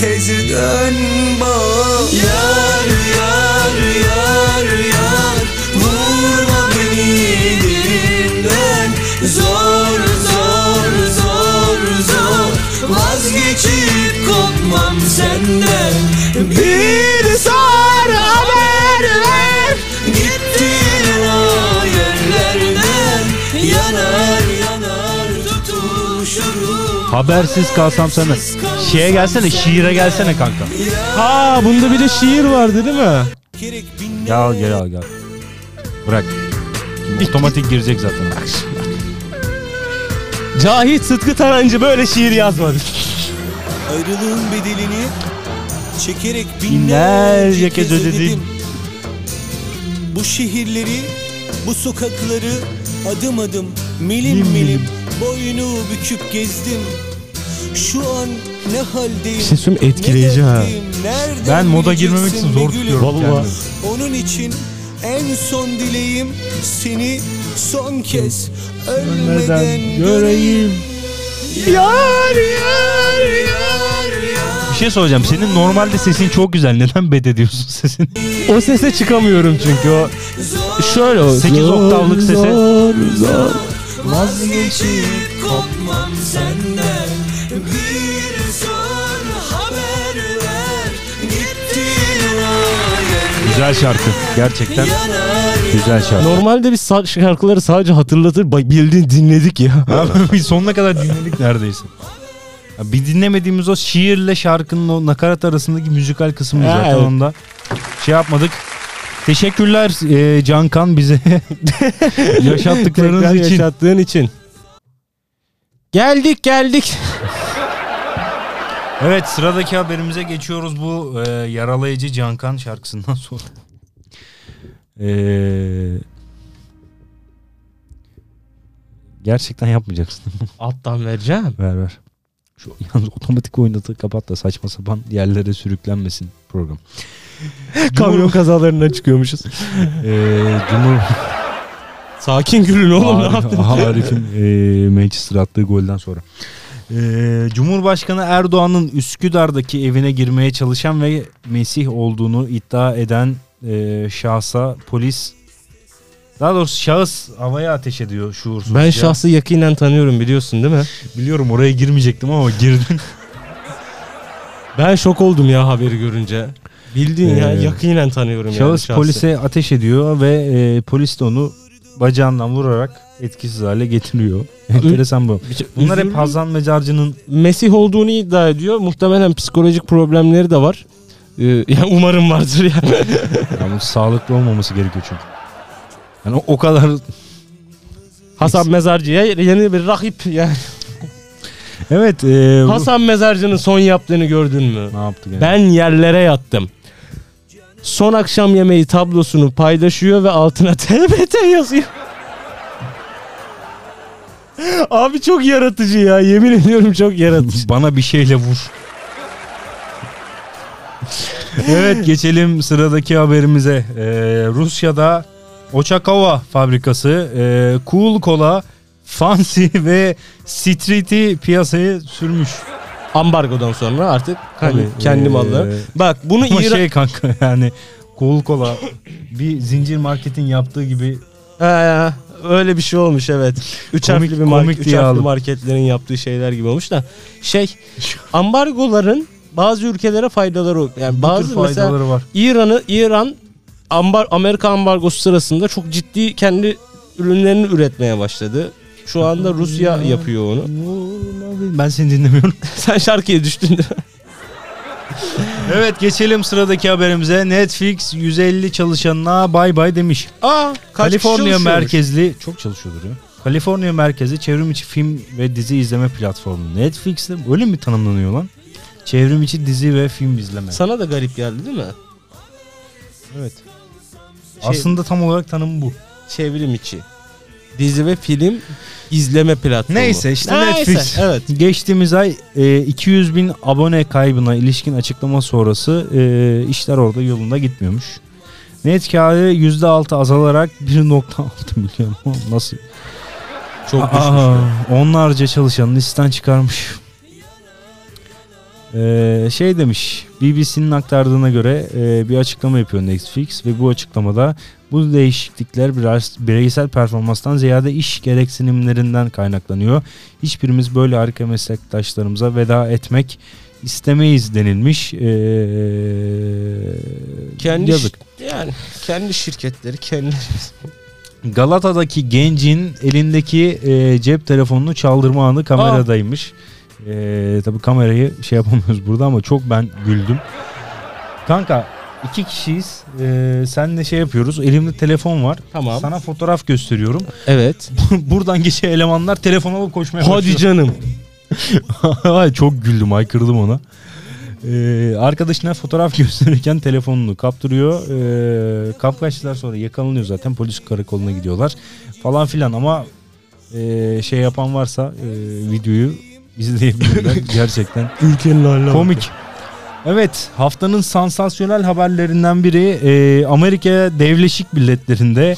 S4: kez dön bak Yar yar yar yar vurma beni dilinden Zor zor zor zor vazgeçip kopmam senden Bir sar haber ver gittiğin o yerlerden Yanar yanar tutuşurum
S1: Habersiz kalsam sana. Şeye gelsene şiire gelsene kanka.
S2: Ha bunda bir de şiir vardı değil mi?
S1: Gel gel gel. Bırak. Şimdi Otomatik girecek zaten.
S2: Cahit Sıtkı Tarancı böyle şiir yazmadı.
S4: Ayrılığın bedelini çekerek
S1: Binlerce
S4: binlerce
S1: kez
S4: kez
S1: ödedim.
S4: ödedim. Bu şehirleri, bu sokakları adım adım, milim milim, boynu büküp gezdim. Şu an ne haldeyim?
S2: şey söyleyeyim mi? Etkileyici
S4: ne
S2: ha.
S4: dertliyim, nereden
S1: Ben moda girmemek
S4: bileceksin
S1: için
S4: be
S1: zor
S4: gülüm?
S1: tutuyorum kendimi.
S4: Onun için en son dileğim seni son kez ölmeden göreyim.
S2: Yar yar
S1: Bir şey soracağım. Senin normalde sesin çok güzel. Neden bed ediyorsun sesini?
S2: O sese çıkamıyorum çünkü o şöyle o.
S1: 8
S2: Zor,
S1: oktavlık sese.
S2: zor, zor.
S4: Vazgeçip kopmam senden Bir son haber ver Gittin ayet
S1: Güzel şarkı. Gerçekten
S4: yanar
S1: güzel şarkı.
S2: Normalde biz sa- şarkıları sadece hatırlatır ba- bildiğin dinledik ya.
S1: Abi biz sonuna kadar dinledik neredeyse. Ya Bir dinlemediğimiz o şiirle şarkının o nakarat arasındaki müzikal kısmı
S2: Ha,
S1: zaten
S2: evet.
S1: onda. Şey yapmadık. Teşekkürler e, Cankan bize yaşattıklarınız
S2: Tekrar
S1: için.
S2: yaşattığın için. Geldik geldik.
S1: Evet sıradaki haberimize geçiyoruz bu e, yaralayıcı Cankan şarkısından sonra. E, Gerçekten yapmayacaksın.
S2: Alttan vereceğim.
S1: ver ver. Şu yalnız otomatik oynatı kapat da saçma sapan yerlere sürüklenmesin program.
S2: Kamyon kazalarından çıkıyormuşuz.
S1: Ee, Cumhur
S2: Sakin gülün oğlum ne
S1: Arif-
S2: yaptın?
S1: Arif'in e, Manchester attığı golden sonra. Ee, Cumhurbaşkanı Erdoğan'ın Üsküdar'daki evine girmeye çalışan ve Mesih olduğunu iddia eden e, şahsa polis daha doğrusu şahıs havaya ateş ediyor şuursuz.
S2: Ben
S1: ya.
S2: şahsı yakinen tanıyorum biliyorsun değil mi?
S1: biliyorum oraya girmeyecektim ama girdim.
S2: Ben şok oldum ya haberi görünce. Bildiğin ya
S1: Ee,
S2: yakinen tanıyorum yani
S1: Şahıs
S2: şahsı.
S1: polise ateş ediyor ve e, polis de onu bacağından vurarak etkisiz hale getiriyor. Enteresan bu.
S2: Bir şey-
S1: Bunlar hep
S2: Üzüldüm.
S1: Hazan Mecarcı'nın
S2: Mesih olduğunu iddia ediyor. Muhtemelen psikolojik problemleri de var. Ee, yani umarım vardır yani.
S1: yani sağlıklı olmaması gerekiyor çünkü. Yani o, o kadar
S2: Hasan Mezarcı'ya yeni bir rakip yani.
S1: evet e, bu-
S2: Hasan Mezarcı'nın son yaptığını gördün mü?
S1: ne yaptı gene?
S2: Ben yerlere yattım. Son akşam yemeği tablosunu paylaşıyor ve altına TBT yazıyor. Abi çok yaratıcı ya. Yemin ediyorum çok yaratıcı.
S1: Bana bir şeyle vur. evet geçelim sıradaki haberimize. E, Rusya'da Oçakova fabrikası e, Cool Cola, Fancy ve Street'i piyasaya sürmüş.
S2: Ambargodan sonra artık hani
S1: Tabii,
S2: kendi
S1: ee,
S2: malları. Bak bunu
S1: Ama
S2: İran...
S1: şey kanka yani cool kola bir zincir marketin yaptığı gibi
S2: He, öyle bir şey olmuş evet. Üç
S1: Komik-
S2: harfli bir mark-
S1: komik
S2: üç
S1: diye
S2: harfli
S1: aldım.
S2: marketlerin yaptığı şeyler gibi olmuş da şey ambargoların bazı ülkelere faydaları yani
S1: bazı
S2: bazı
S1: tür
S2: mesela
S1: faydaları var.
S2: İran'ı İran ambar Amerika ambargosu sırasında çok ciddi kendi ürünlerini üretmeye başladı. Şu anda Rusya yapıyor onu.
S1: Ben seni dinlemiyorum.
S2: Sen şarkıya düştün. de.
S1: evet geçelim sıradaki haberimize. Netflix 150 çalışanına bay bay demiş.
S2: Aa, kaç kişi
S1: Kaliforniya
S2: çalışıyormuş?
S1: merkezli çok çalışıyordur ya. Kaliforniya merkezi çevrim içi film ve dizi izleme platformu Netflix'te öyle mi tanımlanıyor lan? Çevrim içi dizi ve film izleme.
S2: Sana da garip geldi değil mi?
S1: Evet.
S2: Şey-
S1: Aslında tam olarak tanımı bu.
S2: Çevrim içi. Dizi ve film izleme platformu.
S1: Neyse işte
S2: Neyse,
S1: Netflix.
S2: Evet.
S1: Geçtiğimiz ay e, 200 bin abone kaybına ilişkin açıklama sonrası e, işler orada yolunda gitmiyormuş. Net karı %6 azalarak 1.6 milyon. Nasıl?
S2: Çok düşmüş.
S1: Aa, onlarca çalışanın işten çıkarmış. Ee, şey demiş BBC'nin aktardığına göre e, bir açıklama yapıyor Netflix ve bu açıklamada bu değişiklikler biraz bireysel performanstan ziyade iş gereksinimlerinden kaynaklanıyor. Hiçbirimiz böyle harika meslektaşlarımıza veda etmek istemeyiz denilmiş. Ee,
S2: Kendi
S1: yazık.
S2: şi- yani kendi şirketleri kendi
S1: Galata'daki gencin elindeki e, cep telefonunu çaldırma anı kameradaymış. E, tabii kamerayı şey yapamıyoruz burada ama çok ben güldüm. Kanka iki kişiyiz. E, senle şey yapıyoruz. Elimde telefon var.
S2: tamam.
S1: Sana fotoğraf gösteriyorum.
S2: Evet.
S1: Buradan geçen elemanlar telefon alıp koşmaya
S2: Hadi canım.
S1: Ay, çok güldüm haykırdım ona. Ee, arkadaşına fotoğraf gösterirken telefonunu kaptırıyor. Ee, kapkaçlar sonra yakalanıyor zaten polis karakoluna gidiyorlar falan filan ama e, şey yapan varsa e, videoyu izleyebilirler gerçekten
S2: Ülkenin haline
S1: komik. Evet haftanın sansasyonel haberlerinden biri e, Amerika Devleşik Milletleri'nde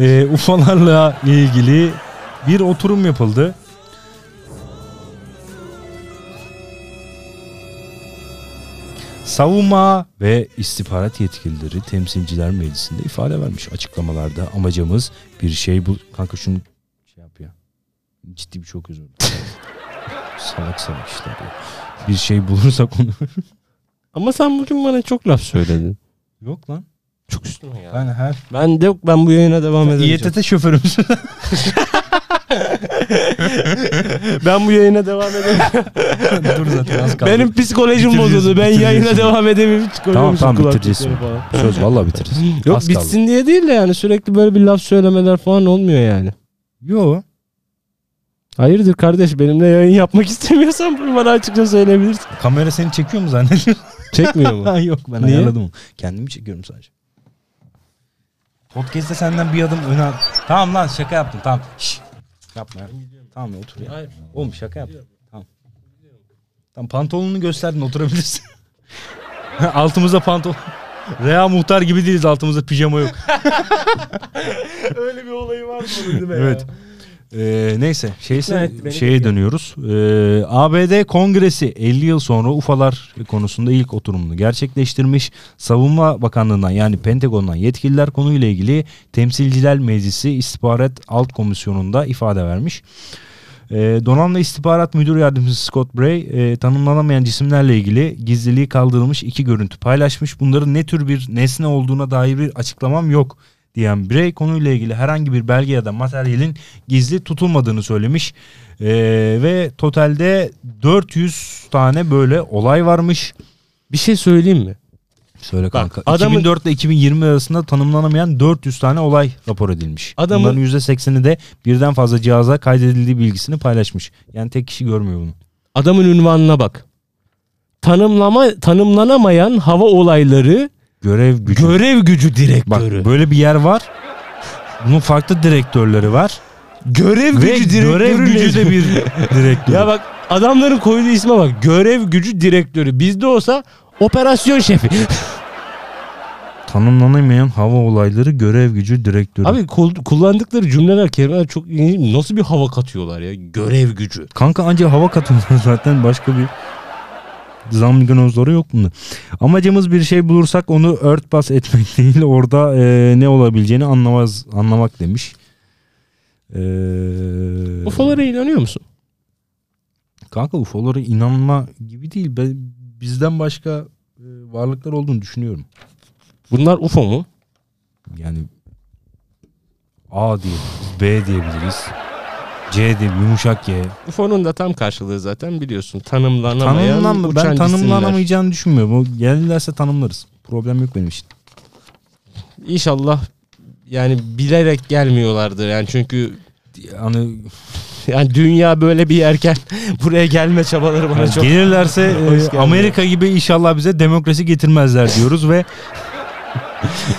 S1: e, UFO'larla ilgili bir oturum yapıldı. Savunma ve istihbarat yetkilileri temsilciler meclisinde ifade vermiş açıklamalarda amacımız bir şey bu kanka şunu şey yap ya ciddi bir şey okuyoruz orada. salak salak işler ya. bir şey bulursak onu
S2: Ama sen bugün bana çok laf söyledin.
S1: Yok lan.
S2: Çok üstüme ya.
S1: Ben her
S2: Ben de yok ben bu yayına devam edemeyeceğim.
S1: İETT şoförümüz.
S2: ben bu yayına devam edemeyeceğim.
S1: Dur zaten az kaldı.
S2: Benim psikolojim
S1: Bitireceğiz,
S2: bozuldu. Ben
S1: bitireceğiz.
S2: yayına devam edemeyeceğim.
S1: tamam
S2: Psikolojim
S1: tamam
S2: bozuldu,
S1: bitireceğiz.
S2: kulaklıkları
S1: şimdi.
S2: falan.
S1: Söz vallahi bitiririz.
S2: Yok
S1: Az kaldı.
S2: bitsin diye değil de yani sürekli böyle bir laf söylemeler falan olmuyor yani.
S1: Yo.
S2: Hayırdır kardeş benimle yayın yapmak istemiyorsan bunu bana açıkça söyleyebilirsin.
S1: Kamera seni çekiyor mu zannediyorsun?
S2: Çekmiyor mu?
S1: Ha, Yok ben
S2: Niye?
S1: ayarladım onu. Kendimi çekiyorum sadece. Podcast'te senden bir adım öne... Tamam lan şaka yaptım tamam. Şşş. Yapma. ya. Tamam otur ya. Oğlum şaka yap. Tamam. Tamam pantolonunu gösterdin oturabilirsin. altımızda pantolon. Rea muhtar gibi değiliz altımızda pijama yok.
S5: Öyle bir olayı var mı bunun değil mi
S1: Evet. Ee, neyse şeyse,
S5: et beni
S1: şeye dönüyoruz. Ee, ABD Kongresi 50 yıl sonra UFO'lar konusunda ilk oturumunu gerçekleştirmiş. Savunma Bakanlığından yani Pentagon'dan yetkililer konuyla ilgili Temsilciler Meclisi İstihbarat Alt Komisyonu'nda ifade vermiş. Ee, Donanma İstihbarat Müdür Yardımcısı Scott Bray e, tanımlanamayan cisimlerle ilgili gizliliği kaldırılmış iki görüntü paylaşmış. Bunların ne tür bir nesne olduğuna dair bir açıklamam yok diyen Bray konuyla ilgili herhangi bir belge ya da materyalin gizli tutulmadığını söylemiş. Ee, ve totalde 400 tane böyle olay varmış.
S2: Bir şey söyleyeyim mi?
S1: Söyle kanka.
S2: adamın-
S1: 2004 ile 2020 arasında tanımlanamayan 400 tane olay rapor edilmiş.
S2: Adamın-
S1: Bunların %80'i de birden fazla cihaza kaydedildiği bilgisini paylaşmış. Yani tek kişi görmüyor bunu.
S2: Adamın ünvanına bak. Tanımlama tanımlanamayan hava olayları
S1: Görev gücü.
S2: görev gücü
S1: Bak
S2: direktörü.
S1: böyle bir yer var. Bunun farklı direktörleri var.
S2: görev
S1: Ve görev gücü de bir direktör.
S2: Ya bak adamların koyduğu isme bak. Görev gücü direktörü. Bizde olsa operasyon şefi.
S1: Tanımlanamayan hava olayları görev gücü direktörü.
S2: Abi kul- kullandıkları cümleler, kelimeler çok iyi. Nasıl bir hava katıyorlar ya? Görev gücü.
S1: Kanka anca hava katılıyor zaten başka bir zamganozları yok bunda. Amacımız bir şey bulursak onu örtbas etmek değil orada e, ne olabileceğini anlamaz anlamak demiş. E,
S2: UFO'lara inanıyor musun?
S1: Kanka UFO'lara inanma gibi değil. Ben, bizden başka e, varlıklar olduğunu düşünüyorum.
S2: Bunlar UFO mu?
S1: Yani A diyebiliriz, B diyebiliriz. C diye yumuşak Y.
S2: UFO'nun da tam karşılığı zaten biliyorsun. Tanımlanamayan
S1: Tanımlanma,
S2: uçan
S1: ben
S2: cisimler.
S1: tanımlanamayacağını düşünmüyorum. O gelirlerse tanımlarız. Problem yok benim için.
S2: İnşallah yani bilerek gelmiyorlardır. Yani çünkü
S1: Yani,
S2: yani dünya böyle bir yerken buraya gelme çabaları bana çok
S1: gelirlerse
S2: Hoş
S1: e,
S2: geldin.
S1: Amerika gibi inşallah bize demokrasi getirmezler diyoruz ve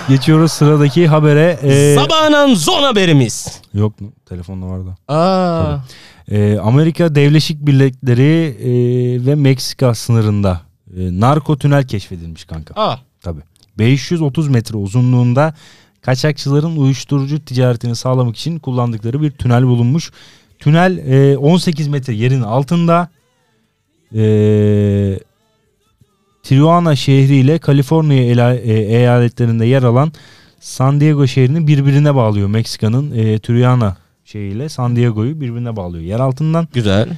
S1: geçiyoruz sıradaki habere. E,
S2: Sabahın son haberimiz.
S1: yok mu? Telefonda vardı.
S2: Aa.
S1: E, Amerika Devleşik Milletleri e, ve Meksika sınırında e, narko tünel keşfedilmiş kanka.
S2: Aa.
S1: Tabii. 530 metre uzunluğunda kaçakçıların uyuşturucu ticaretini sağlamak için kullandıkları bir tünel bulunmuş. Tünel e, 18 metre yerin altında. E, Tijuana şehri ile Kaliforniya ela- e, eyaletlerinde yer alan San Diego şehrini birbirine bağlıyor. Meksika'nın e, Tijuana şehriyle San Diego'yu birbirine bağlıyor. Yer altından
S2: Güzel.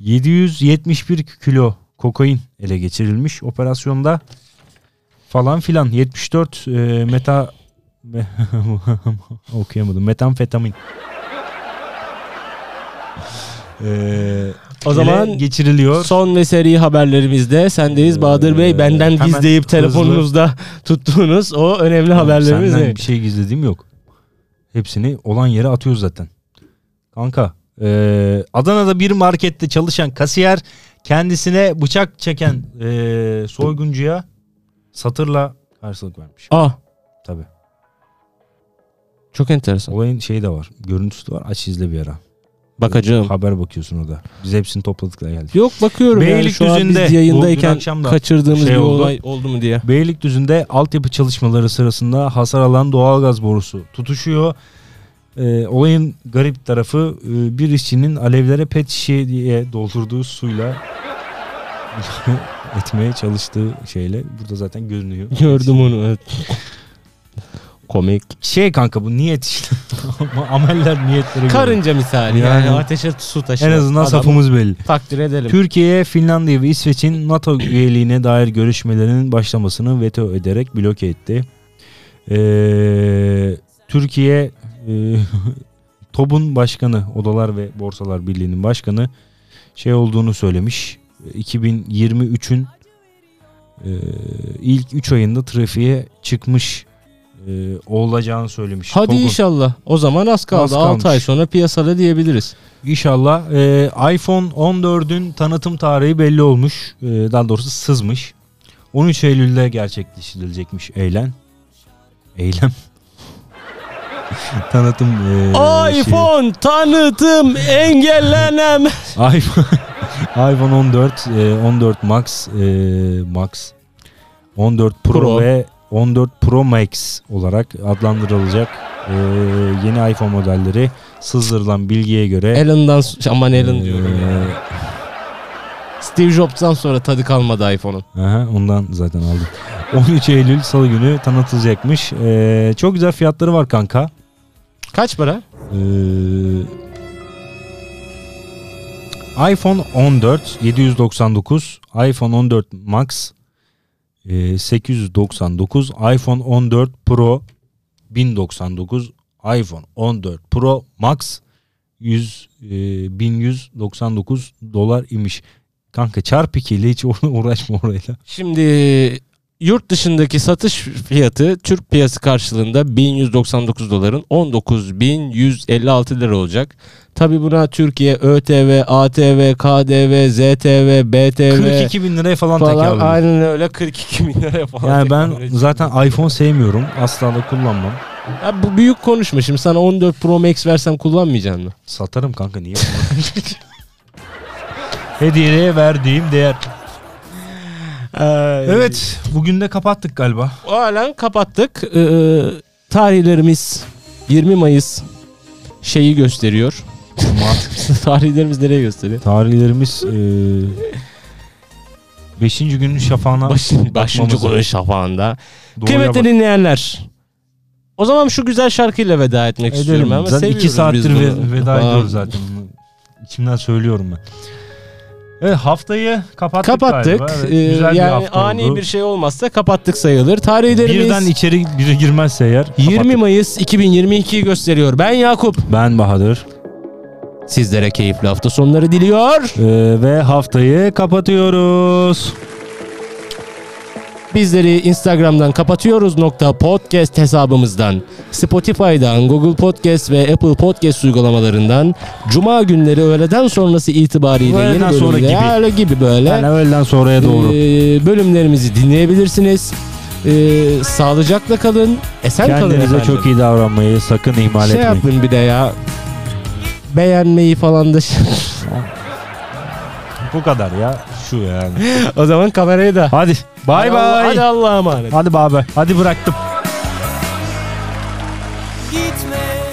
S1: 771 kilo kokain ele geçirilmiş operasyonda falan filan 74 e, meta me- okuyamadım metamfetamin Ee,
S2: E, O
S1: ele
S2: zaman
S1: geçiriliyor.
S2: Son ve seri haberlerimizde sendeyiz Bahadır Bey. Benden
S1: hemen
S2: gizleyip
S1: hızlı-
S2: telefonunuzda tuttuğunuz o önemli haberlerimiz
S1: Senden
S2: ne?
S1: bir şey gizlediğim yok. Hepsini olan yere atıyoruz zaten. Kanka e, Adana'da bir markette çalışan kasiyer kendisine bıçak çeken e, soyguncuya satırla karşılık vermiş.
S2: Aa
S1: Tabii.
S2: çok enteresan.
S1: Olayın şeyi de var. Görüntüsü de var. Aç izle bir ara.
S2: Bakacağım.
S1: Haber bakıyorsun orada. Biz hepsini topladık da geldik.
S2: Yok bakıyorum yani şu an
S1: Beylikdüzü'nde bu
S2: biz
S1: dün
S2: yayındayken
S1: akşam da
S2: kaçırdığımız
S1: şey
S2: bir
S1: oldu.
S2: olay oldu mu diye.
S1: Beylikdüzü'nde altyapı çalışmaları sırasında hasar alan doğalgaz borusu tutuşuyor. Ee, olayın garip tarafı e, bir işçinin alevlere pet şişe diye doldurduğu suyla etmeye çalıştığı şeyle burada zaten görünüyor.
S2: Gördüm onu. Evet. Komik.
S1: Şey kanka bu niyet işte. Ama Ameller niyetlere göre.
S2: Karınca misali yani,
S1: Yani.
S2: ateşe su taşıyan.
S1: En azından
S2: adamı
S1: safımız belli.
S2: takdir edelim.
S1: Türkiye, Finlandiya ve İsveç'in NATO üyeliğine dair görüşmelerinin başlamasını veto ederek bloke etti. Ee, Türkiye, e, TOB'un başkanı, Odalar ve Borsalar Birliği'nin başkanı şey olduğunu söylemiş. 2023'ün e, ilk 3 ayında trafiğe çıkmış e, olacağını söylemiş.
S2: Hadi
S1: TOB'un.
S2: inşallah. O zaman az kaldı.
S1: Az
S2: 6 ay
S1: kalmış.
S2: sonra piyasada diyebiliriz.
S1: İnşallah e, iPhone 14'ün tanıtım tarihi belli olmuş. E, daha doğrusu sızmış. 13 Eylül'de gerçekleştirilecekmiş eylem. Eylem. tanıtım e, şeyi.
S2: iPhone tanıtım engellenemez.
S1: iPhone iPhone 14, e, 14 Max, e, Max, 14 Pro,
S2: Pro.
S1: ve 14 Pro Max olarak adlandırılacak e, yeni iPhone modelleri sızdırılan bilgiye göre
S2: Alan'dan s- aman Alan diyorum. ya.
S1: e,
S2: Steve Jobs'tan sonra tadı kalmadı iPhone'un.
S1: Aha, ondan zaten aldım. 13 Eylül Salı günü tanıtılacakmış. E, çok güzel fiyatları var kanka.
S2: Kaç para?
S1: Ee, iPhone 14 799, iPhone 14 Max e, 899, iPhone 14 Pro 1099, iPhone 14 Pro Max 100 e, 1199 dolar imiş. Kanka çarp 2 ile hiç uğra- uğraşma orayla.
S2: Şimdi yurt dışındaki satış fiyatı Türk piyası karşılığında 1199 doların 19156 lira olacak. Tabi buna Türkiye ÖTV, ATV, KDV, ZTV, BTV
S1: 42 bin liraya falan,
S2: falan
S1: tekabül.
S2: aynen öyle 42 bin liraya falan.
S1: Yani
S2: tekabül
S1: ben
S2: ediyor.
S1: zaten iPhone sevmiyorum. Asla da kullanmam.
S2: Ya bu büyük konuşma şimdi sana 14 Pro Max versem kullanmayacaksın mı?
S1: Satarım kanka niye? Hediyeye verdiğim değer. Evet bugün de kapattık galiba.
S2: O alan kapattık. Ee, tarihlerimiz 20 Mayıs şeyi gösteriyor. tarihlerimiz nereye gösteriyor?
S1: Tarihlerimiz 5. günün şafağına
S2: Başın, başıncı
S1: bakmamız-
S2: koyun şafağında.
S1: Doğuya
S2: Kıymetli
S1: bak-
S2: dinleyenler. O zaman şu güzel şarkıyla veda etmek istiyorum
S1: Edelim.
S2: ama
S1: Zaten 2
S2: seviyoruz biz
S1: saattir
S2: bunu.
S1: ve- veda
S2: Aa,
S1: ediyoruz zaten. Bunu İçimden söylüyorum ben. Evet haftayı kapattık,
S2: Kapattık.
S1: galiba. Evet,
S2: Ee,
S1: güzel bir
S2: yani
S1: hafta
S2: ani
S1: oldu.
S2: bir şey olmazsa kapattık sayılır. Tarihlerimiz
S1: Birden içeri biri girmezse eğer.
S2: 20
S1: kapattık.
S2: Mayıs 2022'yi gösteriyor. Ben Yakup.
S1: Ben Bahadır.
S2: Sizlere keyifli hafta sonları diliyor.
S1: Ee, ve haftayı kapatıyoruz.
S2: Bizleri Instagram'dan kapatıyoruz nokta podcast hesabımızdan, Spotify'dan, Google Podcast ve Apple Podcast uygulamalarından Cuma günleri öğleden sonrası itibariyle
S1: Öğleden
S2: yeni bölümde
S1: sonra gibi.
S2: öyle gibi böyle
S1: Yani öğleden sonraya doğru.
S2: e, bölümlerimizi dinleyebilirsiniz. E, sağlıcakla kalın, esen kalın
S1: Kendinize
S2: efendim.
S1: çok iyi davranmayı sakın ihmal
S2: şey
S1: etmeyin.
S2: yapın bir de ya beğenmeyi falan da
S1: Bu kadar ya. Şu yani.
S2: o zaman kamerayı da
S1: Hadi bay bay.
S2: hadi Allah'a emanet
S1: Hadi bay bay. Hadi bıraktım.
S3: Gitme